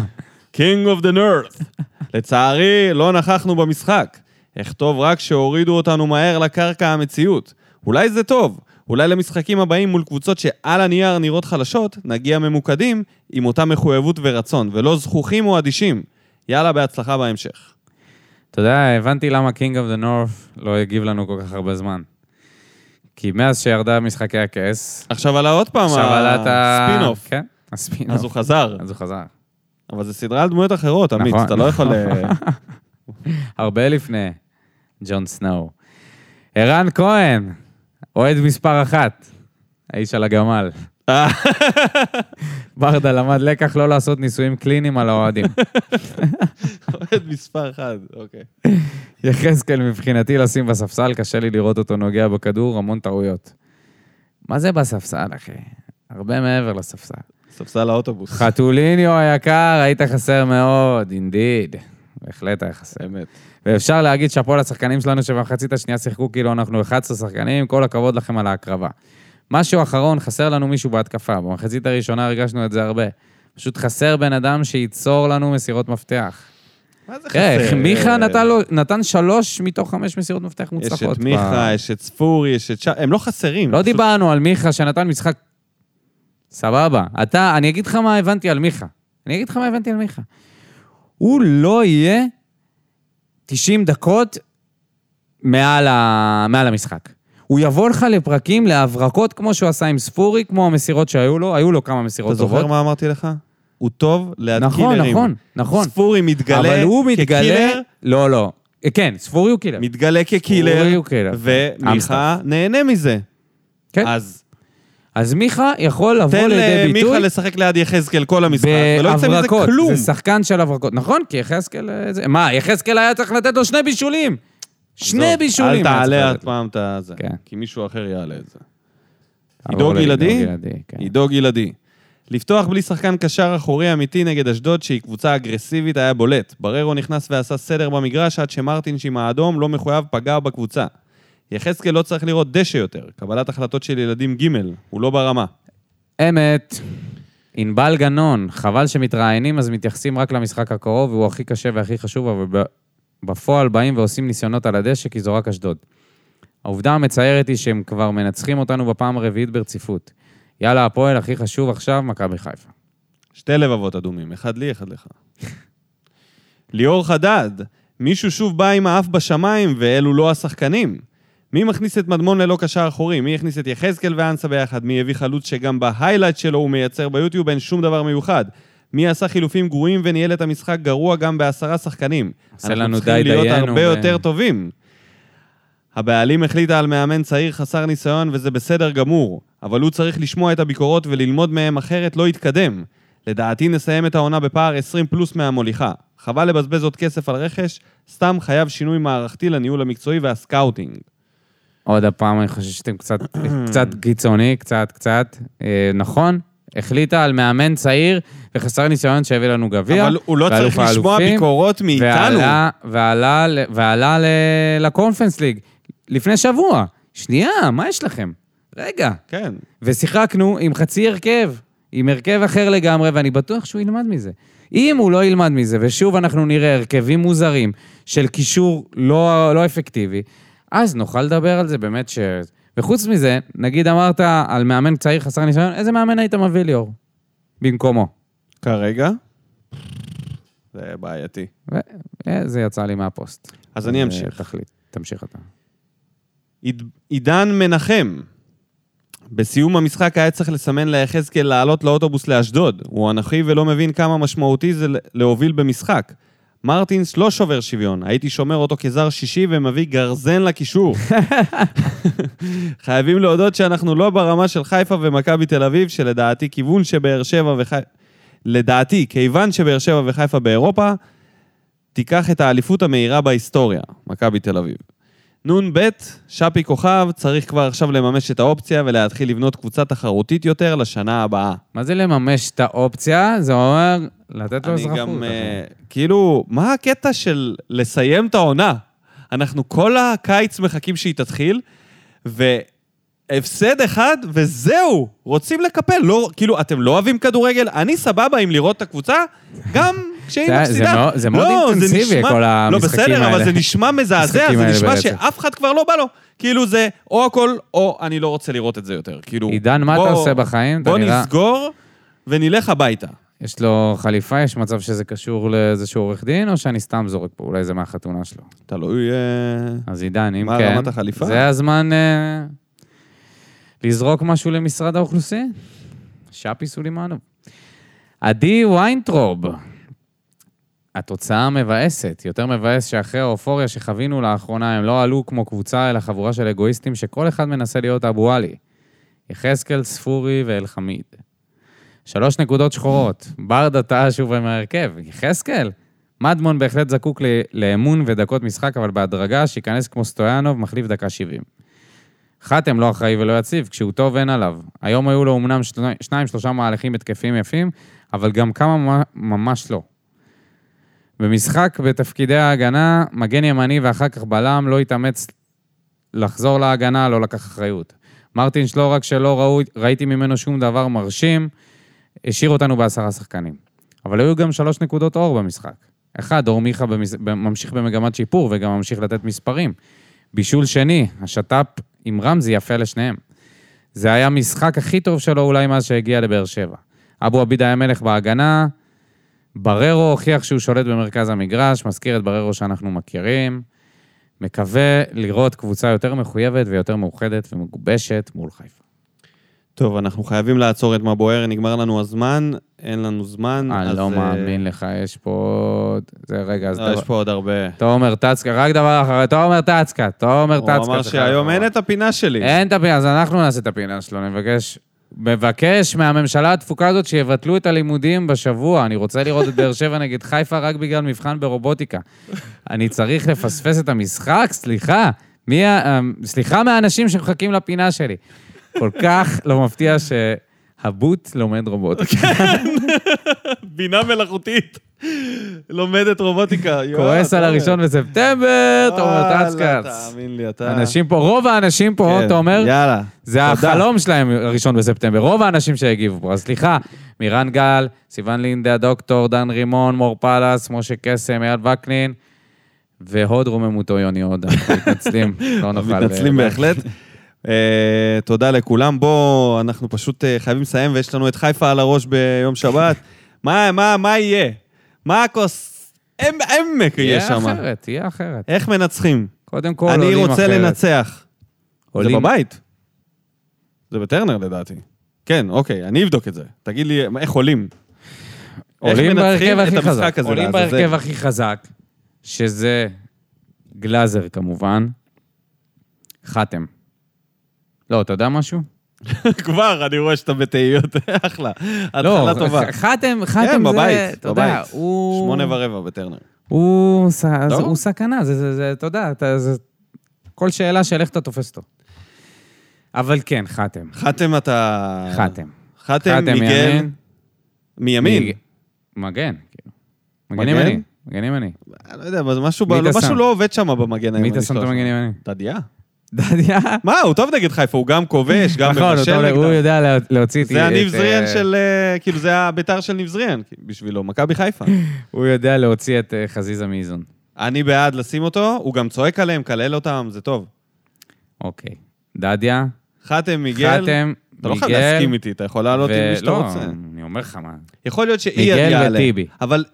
A: King of the North. לצערי, לא נכחנו במשחק. אכתוב רק שהורידו אותנו מהר לקרקע המציאות. אולי זה טוב. אולי למשחקים הבאים מול קבוצות שעל הנייר נראות חלשות, נגיע ממוקדים עם אותה מחויבות ורצון, ולא זכוכים או אדישים. יאללה, בהצלחה בהמשך.
B: אתה יודע, הבנתי למה King of the North לא הגיב לנו כל כך הרבה זמן. כי מאז שירדה משחקי הכס,
A: עכשיו עלה עוד פעם
B: עכשיו עלה את ה...
A: הספין-אוף.
B: כן, הספינוף.
A: אז הוא חזר.
B: אז הוא חזר.
A: אבל זה סדרה על דמויות אחרות, עמית,
B: נכון.
A: אתה לא יכול... אה,
B: הרבה לפני ג'ון סנואו. ערן כהן, אוהד מספר אחת, האיש על הגמל.
A: אה.
B: ברדה למד לקח לא לעשות ניסויים קליניים על האוהדים.
A: אוהד מספר אחד, אוקיי.
B: יחזקאל מבחינתי לשים בספסל, קשה לי לראות אותו נוגע בכדור, המון טעויות. מה זה בספסל, אחי? הרבה מעבר לספסל.
A: ספסל האוטובוס.
B: חתוליניו היקר, היית חסר מאוד, אינדיד. בהחלט היה חסר.
A: אמת.
B: ואפשר להגיד שאפו לשחקנים שלנו שבמחצית השנייה שיחקו כאילו אנחנו 11 שחקנים, כל הכבוד לכם על ההקרבה. משהו אחרון, חסר לנו מישהו בהתקפה. במחצית הראשונה הרגשנו את זה הרבה. פשוט חסר בן אדם שייצור לנו מסירות מפתח.
A: מה זה
B: אה, איך,
A: חסר?
B: מיכה נתן, לו, נתן שלוש מתוך חמש מסירות מפתח
A: יש
B: מוצלחות.
A: את
B: ב-
A: מיכה, יש את ספורי, יש את ש... הם לא חסרים.
B: לא
A: פשוט-
B: דיברנו על מיכה שנתן משחק... סבבה. אתה, אני אגיד לך מה הבנתי על מיכה. אני אגיד לך מה הבנתי על מיכה. הוא לא יהיה 90 דקות מעל, ה... מעל המשחק. הוא יבוא לך לפרקים, להברקות, כמו שהוא עשה עם ספורי, כמו המסירות שהיו לו, היו לו כמה
A: אתה
B: מסירות טובות.
A: זוכר מה אמרתי לך? הוא טוב ליד
B: נכון,
A: קילרים.
B: נכון, נכון.
A: ספורי מתגלה
B: אבל הוא מתגלה...
A: כקילר,
B: לא, לא. כן, ספורי הוא קילר.
A: מתגלה
B: ספורי
A: כקילר,
B: הוא קילר.
A: ומיכה נהנה מזה.
B: כן.
A: אז
B: אז מיכה יכול לבוא
A: תן אה,
B: לידי ביטוי...
A: למיכה לשחק ליד יחזקאל כל המשחק, ולא יצא מזה
B: בהברקות.
A: כלום.
B: זה שחקן של הברקות. נכון, כי יחזקאל... אה, זה- מה, יחזקאל היה צריך לתת לו שני בישולים. שני
A: עזוב, אל
B: בישולים. היה צריך
A: תעלה
B: לתת
A: אף פעם את הזה,
B: כן.
A: כי מישהו אחר יעלה את זה.
B: לו.
A: עידו
B: עבור לעידו
A: גלעדי?
B: כן.
A: עידו גלעדי. לפתוח בלי שחקן קשר אחורי אמיתי נגד אשדוד, שהיא קבוצה אגרסיבית, היה בולט. בררו נכנס ועשה סדר במגרש עד שמרטינש עם האדום, לא מחויב, פגע בקבוצה. יחזקאל לא צריך לראות דשא יותר. קבלת החלטות של ילדים ג', הוא לא ברמה.
B: אמת. ענבל גנון, חבל שמתראיינים אז מתייחסים רק למשחק הקרוב, והוא הכי קשה והכי חשוב, אבל ב- בפועל באים ועושים ניסיונות על הדשא כי זו רק אשדוד. העובדה המצערת היא שהם כבר מנצחים אותנו בפעם הרביעית ברציפות. יאללה, הפועל הכי חשוב עכשיו, מכבי חיפה.
A: שתי לבבות אדומים, אחד לי, אחד לך. ליאור חדד, מישהו שוב בא עם האף בשמיים ואלו לא השחקנים. מי מכניס את מדמון ללא קשר אחורי? מי הכניס את יחזקאל ואנסה ביחד? מי הביא חלוץ שגם בהיילייט שלו הוא מייצר ביוטיוב אין שום דבר מיוחד? מי עשה חילופים גרועים וניהל את המשחק גרוע גם בעשרה שחקנים?
B: עשה לנו די
A: אנחנו צריכים
B: דיין,
A: להיות הרבה
B: ו-
A: יותר טובים. הבעלים החליטה על מאמן צעיר חסר ניסיון וזה בסדר גמור, אבל הוא צריך לשמוע את הביקורות וללמוד מהם אחרת לא יתקדם. לדעתי נסיים את העונה בפער 20 פלוס מהמוליכה. חבל לבזבז עוד כסף על רכש, סתם חייב שינוי מערכתי לניהול המקצועי והסקאוטינג.
B: עוד הפעם, אני חושב שאתם קצת, קצת קיצוני, קצת, קצת. אה, נכון, החליטה על מאמן צעיר וחסר ניסיון שהביא לנו גביע.
A: אבל הוא לא
B: ואלוף
A: צריך לשמוע
B: האלופים,
A: ביקורות מאיתנו.
B: ועלה, ועלה, ל- ועלה ל- לקונפרנס ליג לפני שבוע. שנייה, מה יש לכם? רגע.
A: כן.
B: ושיחקנו עם חצי הרכב, עם הרכב אחר לגמרי, ואני בטוח שהוא ילמד מזה. אם הוא לא ילמד מזה, ושוב אנחנו נראה הרכבים מוזרים של קישור לא, לא אפקטיבי, אז נוכל לדבר על זה באמת ש... וחוץ מזה, נגיד אמרת על מאמן צעיר חסר ניסיון, איזה מאמן היית מביא ליאור? במקומו.
A: כרגע? זה בעייתי.
B: וזה אה, יצא לי מהפוסט.
A: אז אני
B: אה,
A: אמשיך.
B: תחליט, תמשיך אתה.
A: עיד- עידן מנחם. בסיום המשחק היה צריך לסמן ליחזקאל לעלות לאוטובוס לאשדוד. הוא אנכי ולא מבין כמה משמעותי זה ל- להוביל במשחק. מרטינס לא שובר שוויון, הייתי שומר אותו כזר שישי ומביא גרזן לקישור. חייבים להודות שאנחנו לא ברמה של חיפה ומכבי תל אביב, שלדעתי כיוון שבאר שבע וחיפה... לדעתי, כיוון שבאר שבע וחיפה באירופה, תיקח את האליפות המהירה בהיסטוריה, מכבי תל אביב. נ"ב, שפי כוכב, צריך כבר עכשיו לממש את האופציה ולהתחיל לבנות קבוצה תחרותית יותר לשנה הבאה.
B: מה זה לממש את האופציה? זה אומר לתת לו
A: אני
B: לא אזרחות.
A: גם,
B: אחי.
A: אה, כאילו, מה הקטע של לסיים את העונה? אנחנו כל הקיץ מחכים שהיא תתחיל, והפסד אחד, וזהו, רוצים לקפל. לא, כאילו, אתם לא אוהבים כדורגל? אני סבבה עם לראות את הקבוצה, גם כשהיא
B: זה- זה
A: מפסידה.
B: מאוד- זה מאוד
A: לא,
B: אינטנסיבי,
A: נשמע-
B: כל המשחקים
A: לא, בסדר, אבל
B: האלה.
A: זה נשמע מזעזע,
B: המשחקים
A: זה
B: האלה
A: נשמע
B: ברצף.
A: שאף אחד כבר לא בא לו. כאילו זה או הכל, או אני לא רוצה לראות את זה יותר. כאילו...
B: עידן, מה אתה
A: בוא-
B: עושה בחיים? אתה
A: בוא
B: נראה-
A: נסגור ונלך הביתה.
B: יש לו חליפה, יש מצב שזה קשור לאיזשהו עורך דין, או שאני סתם זורק פה, אולי זה מהחתונה שלו.
A: תלוי... אה,
B: אז עידן, אם
A: מה,
B: כן...
A: רמת החליפה?
B: זה הזמן אה, לזרוק משהו למשרד האוכלוסין? שפי סולימנוב. עדי ויינטרוב. התוצאה מבאסת, יותר מבאס שאחרי האופוריה שחווינו לאחרונה, הם לא עלו כמו קבוצה, אלא חבורה של אגואיסטים שכל אחד מנסה להיות אבו עלי. יחזקאל, ספורי ואלחמיד. שלוש נקודות שחורות, ברדה טעה שוב עם ההרכב, יחזקאל. מדמון בהחלט זקוק ל- לאמון ודקות משחק, אבל בהדרגה, שייכנס כמו סטויאנוב, מחליף דקה 70. חתם לא אחראי ולא יציב, כשהוא טוב אין עליו. היום היו לו אמנם שני- שניים, שלושה מהלכים התקפיים יפים, אבל גם כמה מ- ממש לא. במשחק בתפקידי ההגנה, מגן ימני ואחר כך בלם לא התאמץ לחזור להגנה, לא לקח אחריות. מרטינש לא רק שלא ראו, ראיתי ממנו שום דבר מרשים, השאיר אותנו בעשרה שחקנים. אבל היו גם שלוש נקודות אור במשחק. אחד, אור מיכה במס... ב- ממשיך במגמת שיפור וגם ממשיך לתת מספרים. בישול שני, השת"פ עם רמזי יפה לשניהם. זה היה המשחק הכי טוב שלו אולי מאז שהגיע לבאר שבע. אבו עביד היה מלך בהגנה, בררו הוכיח שהוא שולט במרכז המגרש, מזכיר את בררו שאנחנו מכירים. מקווה לראות קבוצה יותר מחויבת ויותר מאוחדת ומגובשת מול חיפה.
A: טוב, אנחנו חייבים לעצור את מה בוער, נגמר לנו הזמן, אין לנו זמן.
B: אני
A: אז,
B: לא
A: אה,
B: מאמין לך, יש פה עוד... זה רגע, אז...
A: לא,
B: דבר-
A: יש פה עוד הרבה.
B: תומר טצקה, רק דבר אחר, תומר טצקה, תומר
A: הוא
B: טצקה.
A: אמר
B: זה
A: שהיום
B: חייב
A: אין
B: לבוא.
A: את הפינה שלי.
B: אין את הפינה, אז אנחנו נעשה את הפינה שלו, אני מבקש... מבקש מהממשלה הדפוקה הזאת שיבטלו את הלימודים בשבוע. אני רוצה לראות את באר שבע נגד חיפה רק בגלל מבחן ברובוטיקה. אני צריך לפספס את המשחק? סליחה. מי ה... אה, סליחה מהאנשים שמחכים לפינה שלי. כל כך לא מפתיע שהבוט לומד רובוטיקה.
A: בינה מלאכותית. לומדת רובוטיקה.
B: כועס על הראשון בספטמבר, תומר טצקץ.
A: תאמין לי, אתה...
B: אנשים פה, רוב האנשים פה,
A: כן,
B: תומר,
A: יאללה.
B: זה
A: תודה.
B: החלום שלהם, הראשון בספטמבר. רוב האנשים שהגיבו פה, אז סליחה, מירן גל, סיון לינדה, דוקטור, דן רימון, מור פלס, משה קסם, אייל וקנין, והוד רוממותו יוני הוד. אנחנו מתנצלים, לא נוכל...
A: מתנצלים בהחלט. אה, תודה לכולם. בואו, אנחנו פשוט אה, חייבים לסיים, ויש לנו את חיפה על הראש ביום שבת. מה, מה, מה יהיה? מה הכוס... אמ- עמק יהיה
B: תהיה
A: שם.
B: אחרת, תהיה אחרת.
A: איך מנצחים?
B: קודם כל,
A: אני
B: עולים
A: רוצה
B: אחרת.
A: לנצח. זה
B: עולים-
A: בבית. זה בטרנר לדעתי. כן, אוקיי, אני אבדוק את זה. תגיד לי, איך עולים? איך
B: עולים
A: מנצחים
B: בהרכב
A: את
B: הכי
A: המשחק
B: חזק.
A: הזה,
B: עולים
A: לעזאזל?
B: בהרכב הכי חזק, שזה גלאזר כמובן, חתם. לא, אתה יודע משהו?
A: כבר, אני רואה שאתה בתהיות, אחלה. התחלה טובה.
B: ח- לא, אה, חתם, חתם
A: כן,
B: זה,
A: בבית,
B: אתה יודע,
A: בבית.
B: הוא...
A: שמונה ורבע בטרנר.
B: הוא, ס-
A: לא?
B: הוא סכנה, זה, זה, זה, אתה יודע, אתה, זה, כל שאלה של איך אתה תופס אותו. אבל כן, חתם.
A: חתם אתה...
B: חתם.
A: חתם,
B: חתם,
A: מיגל.
B: ימין.
A: מימין.
B: מג- מגן, כאילו. מגן
A: מגן?
B: ימני, מגן ימני.
A: אני לא יודע, אבל משהו ב-
B: מי אתה
A: משהו
B: שם?
A: לא עובד שם במגן הימני
B: מי אתה שם את
A: שלו.
B: המגן ימני?
A: דדיה.
B: דדיה.
A: מה, הוא טוב נגד חיפה, הוא גם כובש, גם
B: נכון, הוא
A: מבשל
B: טוב, הוא
A: נגדם.
B: יודע לה- להוציא את...
A: זה הניב
B: את,
A: זריאן
B: אה,
A: של... אה, כאילו, זה הביתר של ניב זריאן, בשבילו, מכבי חיפה.
B: הוא יודע להוציא את אה, חזיזה מאיזון.
A: אני בעד לשים אותו, הוא גם צועק עליהם, מקלל אותם, זה טוב.
B: אוקיי. דדיה,
A: חתם, מיגל.
B: חתם,
A: אתה לא חייב
B: מיגל,
A: להסכים איתי, אתה יכול לעלות עם מי שאתה
B: ולא,
A: רוצה.
B: אני אומר לך מה.
A: יכול להיות שאי
B: מיגל
A: ידיעה עליהם.
B: וטיבי.
A: אבל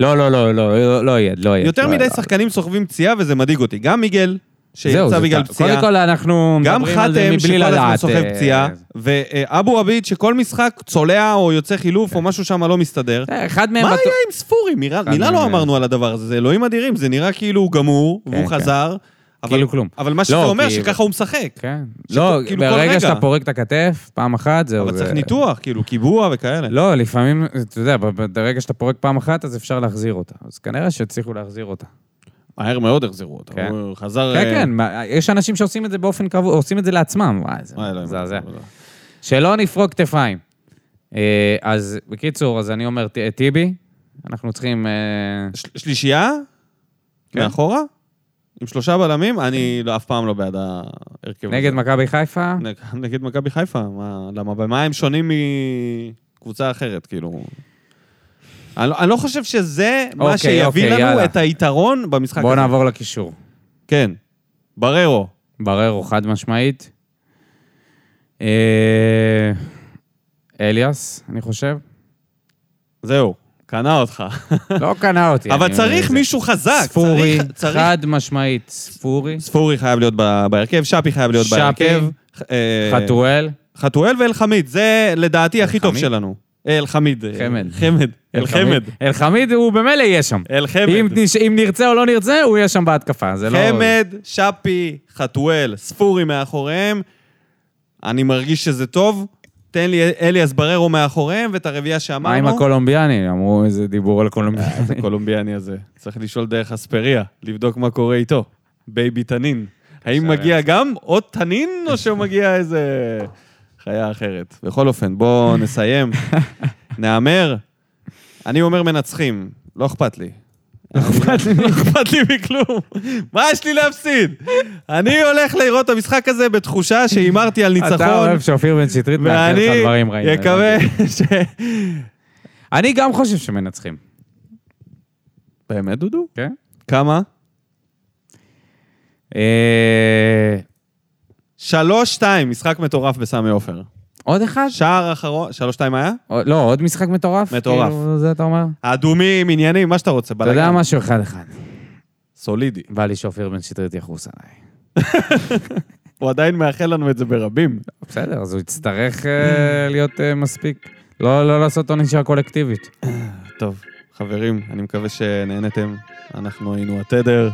B: לא, לא, לא, לא, לא, לא יד, לא יד.
A: יותר
B: לא
A: מדי
B: יד.
A: שחקנים סוחבים פציעה וזה מדאיג אותי. גם מיגל,
B: זהו,
A: שיצא
B: זה
A: בגלל
B: ת-
A: פציעה.
B: קודם כל, אנחנו
A: גם
B: מדברים על זה
A: חתם,
B: מבלי
A: שכל הזמן
B: לדעת.
A: סוחב
B: אה,
A: פציעה, ואבו עביד, שכל משחק צולע או יוצא חילוף או משהו שם לא מסתדר.
B: אה, אחד מהם...
A: מה
B: בטוח- כן, אה.
A: היה עם ספורי? מילה
B: אחד
A: מילה לא
B: מהם-
A: אמרנו על הדבר הזה, זה אלוהים אדירים, זה נראה כאילו הוא גמור,
B: כן,
A: והוא
B: כן.
A: חזר. אבל-
B: כאילו כלום.
A: אבל מה שזה
B: לא,
A: אומר,
B: כי-
A: שככה הוא משחק.
B: כן.
A: שכל-
B: לא,
A: כאילו, כל רגע.
B: ברגע שאתה פורק את הכתף, פעם אחת, זהו.
A: אבל
B: זה-
A: צריך ניתוח, כאילו קיבוע וכאלה.
B: לא, לפעמים, אתה יודע, ב- ברגע שאתה פורק פעם אחת, אז אפשר להחזיר אותה. אז כנראה שהצליחו להחזיר אותה.
A: מהר מאוד החזירו אותו.
B: כן.
A: הוא חזר...
B: כן,
A: אה,
B: כן, מה- יש אנשים שעושים את זה באופן קבוע, עושים את זה לעצמם. וואי, זה
A: וואי, אלוהים.
B: מזעזע. שלא נפרוק כתפיים. אה, אז בקיצור, אז אני אומר, ט- טיבי, אנחנו צריכים... אה,
A: של- שלישייה?
B: כן.
A: מאחורה? עם שלושה בלמים? אני לא- אף פעם לא בעד ההרכב הזה.
B: נגד מכבי חיפה,
A: נג- נגד מכבי חיפה, מה, למה? במה הם שונים מקבוצה אחרת, כאילו? אני לא, אני לא חושב שזה מה
B: אוקיי,
A: שיביא
B: אוקיי,
A: לנו
B: יאללה.
A: את היתרון במשחק
B: בואו
A: הזה.
B: נעבור לקישור.
A: כן, בררו.
B: בררו, חד משמעית. אה, אליאס, אני חושב.
A: זהו, קנה אותך.
B: לא קנה אותי.
A: אבל
B: אני-
A: צריך
B: זה-
A: מישהו חזק.
B: ספורי,
A: צריך- צריך-
B: חד משמעית, ספורי,
A: ספורי חייב להיות ב- בהרכב, שפי חייב להיות
B: שפי,
A: בהרכב. אה,
B: חתואל,
A: חתואל ואלחמיד, זה לדעתי הכי טוב
B: אלחמיד?
A: שלנו. אה, אלחמיד. אה,
B: חמד.
A: חמד. אלחמד.
B: אלחמיד הוא במילא יהיה שם. אם
A: אלחמד.
B: נש- אם נרצה או לא נרצה, הוא יהיה שם בהתקפה. זה לא...
A: חמד, שפי, חתואל, ספורי מאחוריהם. אני מרגיש שזה טוב. תן לי אליאס בררו מאחוריהם ואת הרביעייה
B: מה עם
A: שאמרנו.
B: הקולומביאני? אמרו איזה דיבור על
A: אה,
B: קולומביאני.
A: הקולומביאני הזה? צריך לשאול דרך אספריה, לבדוק מה קורה איתו. בייבי תנין. האם מגיע גם עוד תנין, או שמגיע איזה חיה אחרת? בכל אופן, בואו נסיים. נהמר. אני אומר מנצחים, לא אכפת לי. לא אכפת לי, לא אכפת לי מכלום. מה יש לי להפסיד? אני הולך לראות את המשחק הזה בתחושה שהימרתי על
B: אתה
A: ניצחון,
B: אוהב שאופיר בן שטרית מאחל
A: ואני
B: לך דברים רעים.
A: יקווה ש...
B: אני גם חושב שמנצחים.
A: באמת, דודו?
B: כן?
A: כמה?
B: אה,
A: שלוש, שתיים, משחק מטורף בסמי עופר.
B: עוד אחד?
A: שער אחרון, שלוש, שתיים היה?
B: עוד- לא, עוד משחק מטורף?
A: מטורף.
B: כאילו, זה אתה אומר?
A: האדומים, עניינים, מה שאתה רוצה,
B: אתה
A: בלאגן.
B: יודע משהו אחד-אחד.
A: סולידי.
B: בא לי שאופיר בן שטרית יחוס עליי.
A: הוא עדיין מאחל לנו את זה ברבים.
B: בסדר, אז הוא יצטרך אה, להיות אה, מספיק. לא לא לעשות ענישה קולקטיבית.
A: טוב, חברים, אני מקווה שנהנתם. אנחנו היינו התדר,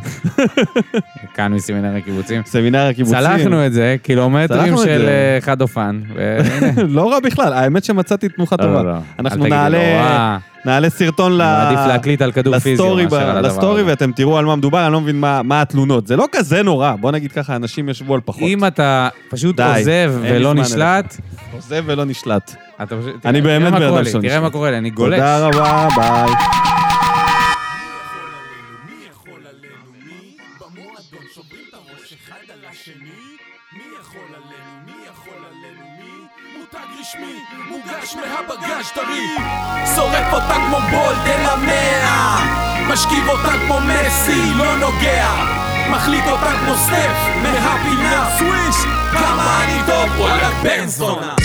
B: כאן מסמינר הקיבוצים.
A: סמינר הקיבוצים.
B: צלחנו את זה, קילומטרים
A: צלחנו את
B: של
A: זה.
B: אה, חד אופן. והנה.
A: לא רע בכלל, האמת שמצאתי תנוחה
B: לא, לא,
A: טובה.
B: לא. אל
A: אנחנו
B: תגיד לי, לא
A: נעלה
B: רע.
A: נעלה סרטון ל...
B: מעדיף להקליט על כדור פיזי
A: לסטורי ב-
B: מאשר על הדבר
A: לסטורי,
B: הזה.
A: ואתם תראו על מה מדובר, אני לא מבין מה- מה התלונות. זה לא כזה נורא, בוא נגיד ככה, אנשים ישבו על פחות.
B: אם אתה פשוט
A: די,
B: עוזב
A: אין לי
B: ולא
A: זמן
B: נשלט,
A: עוזב ולא נשלט.
B: אתה פשוט...
A: אני
B: תראה-
A: באמת
B: תראה מה
A: בן
B: קורה
A: אדם
B: לי,
A: שלא
B: תראה
A: נשלט.
B: מה קורה לי, אני גולש.
A: תודה רבה, ביי.
C: במועדון שוברים את הראש אחד על השני מי יכול עלינו? מי יכול עלינו? מי? מותג רשמי, מוגש מהבגז' טרי שורף אותה כמו בולד אל המאה משכיב אותה כמו מסי, לא נוגע מחליט אותה כמו סטף מהפינה סוויש כמה אני טוב, וואלה בן זונה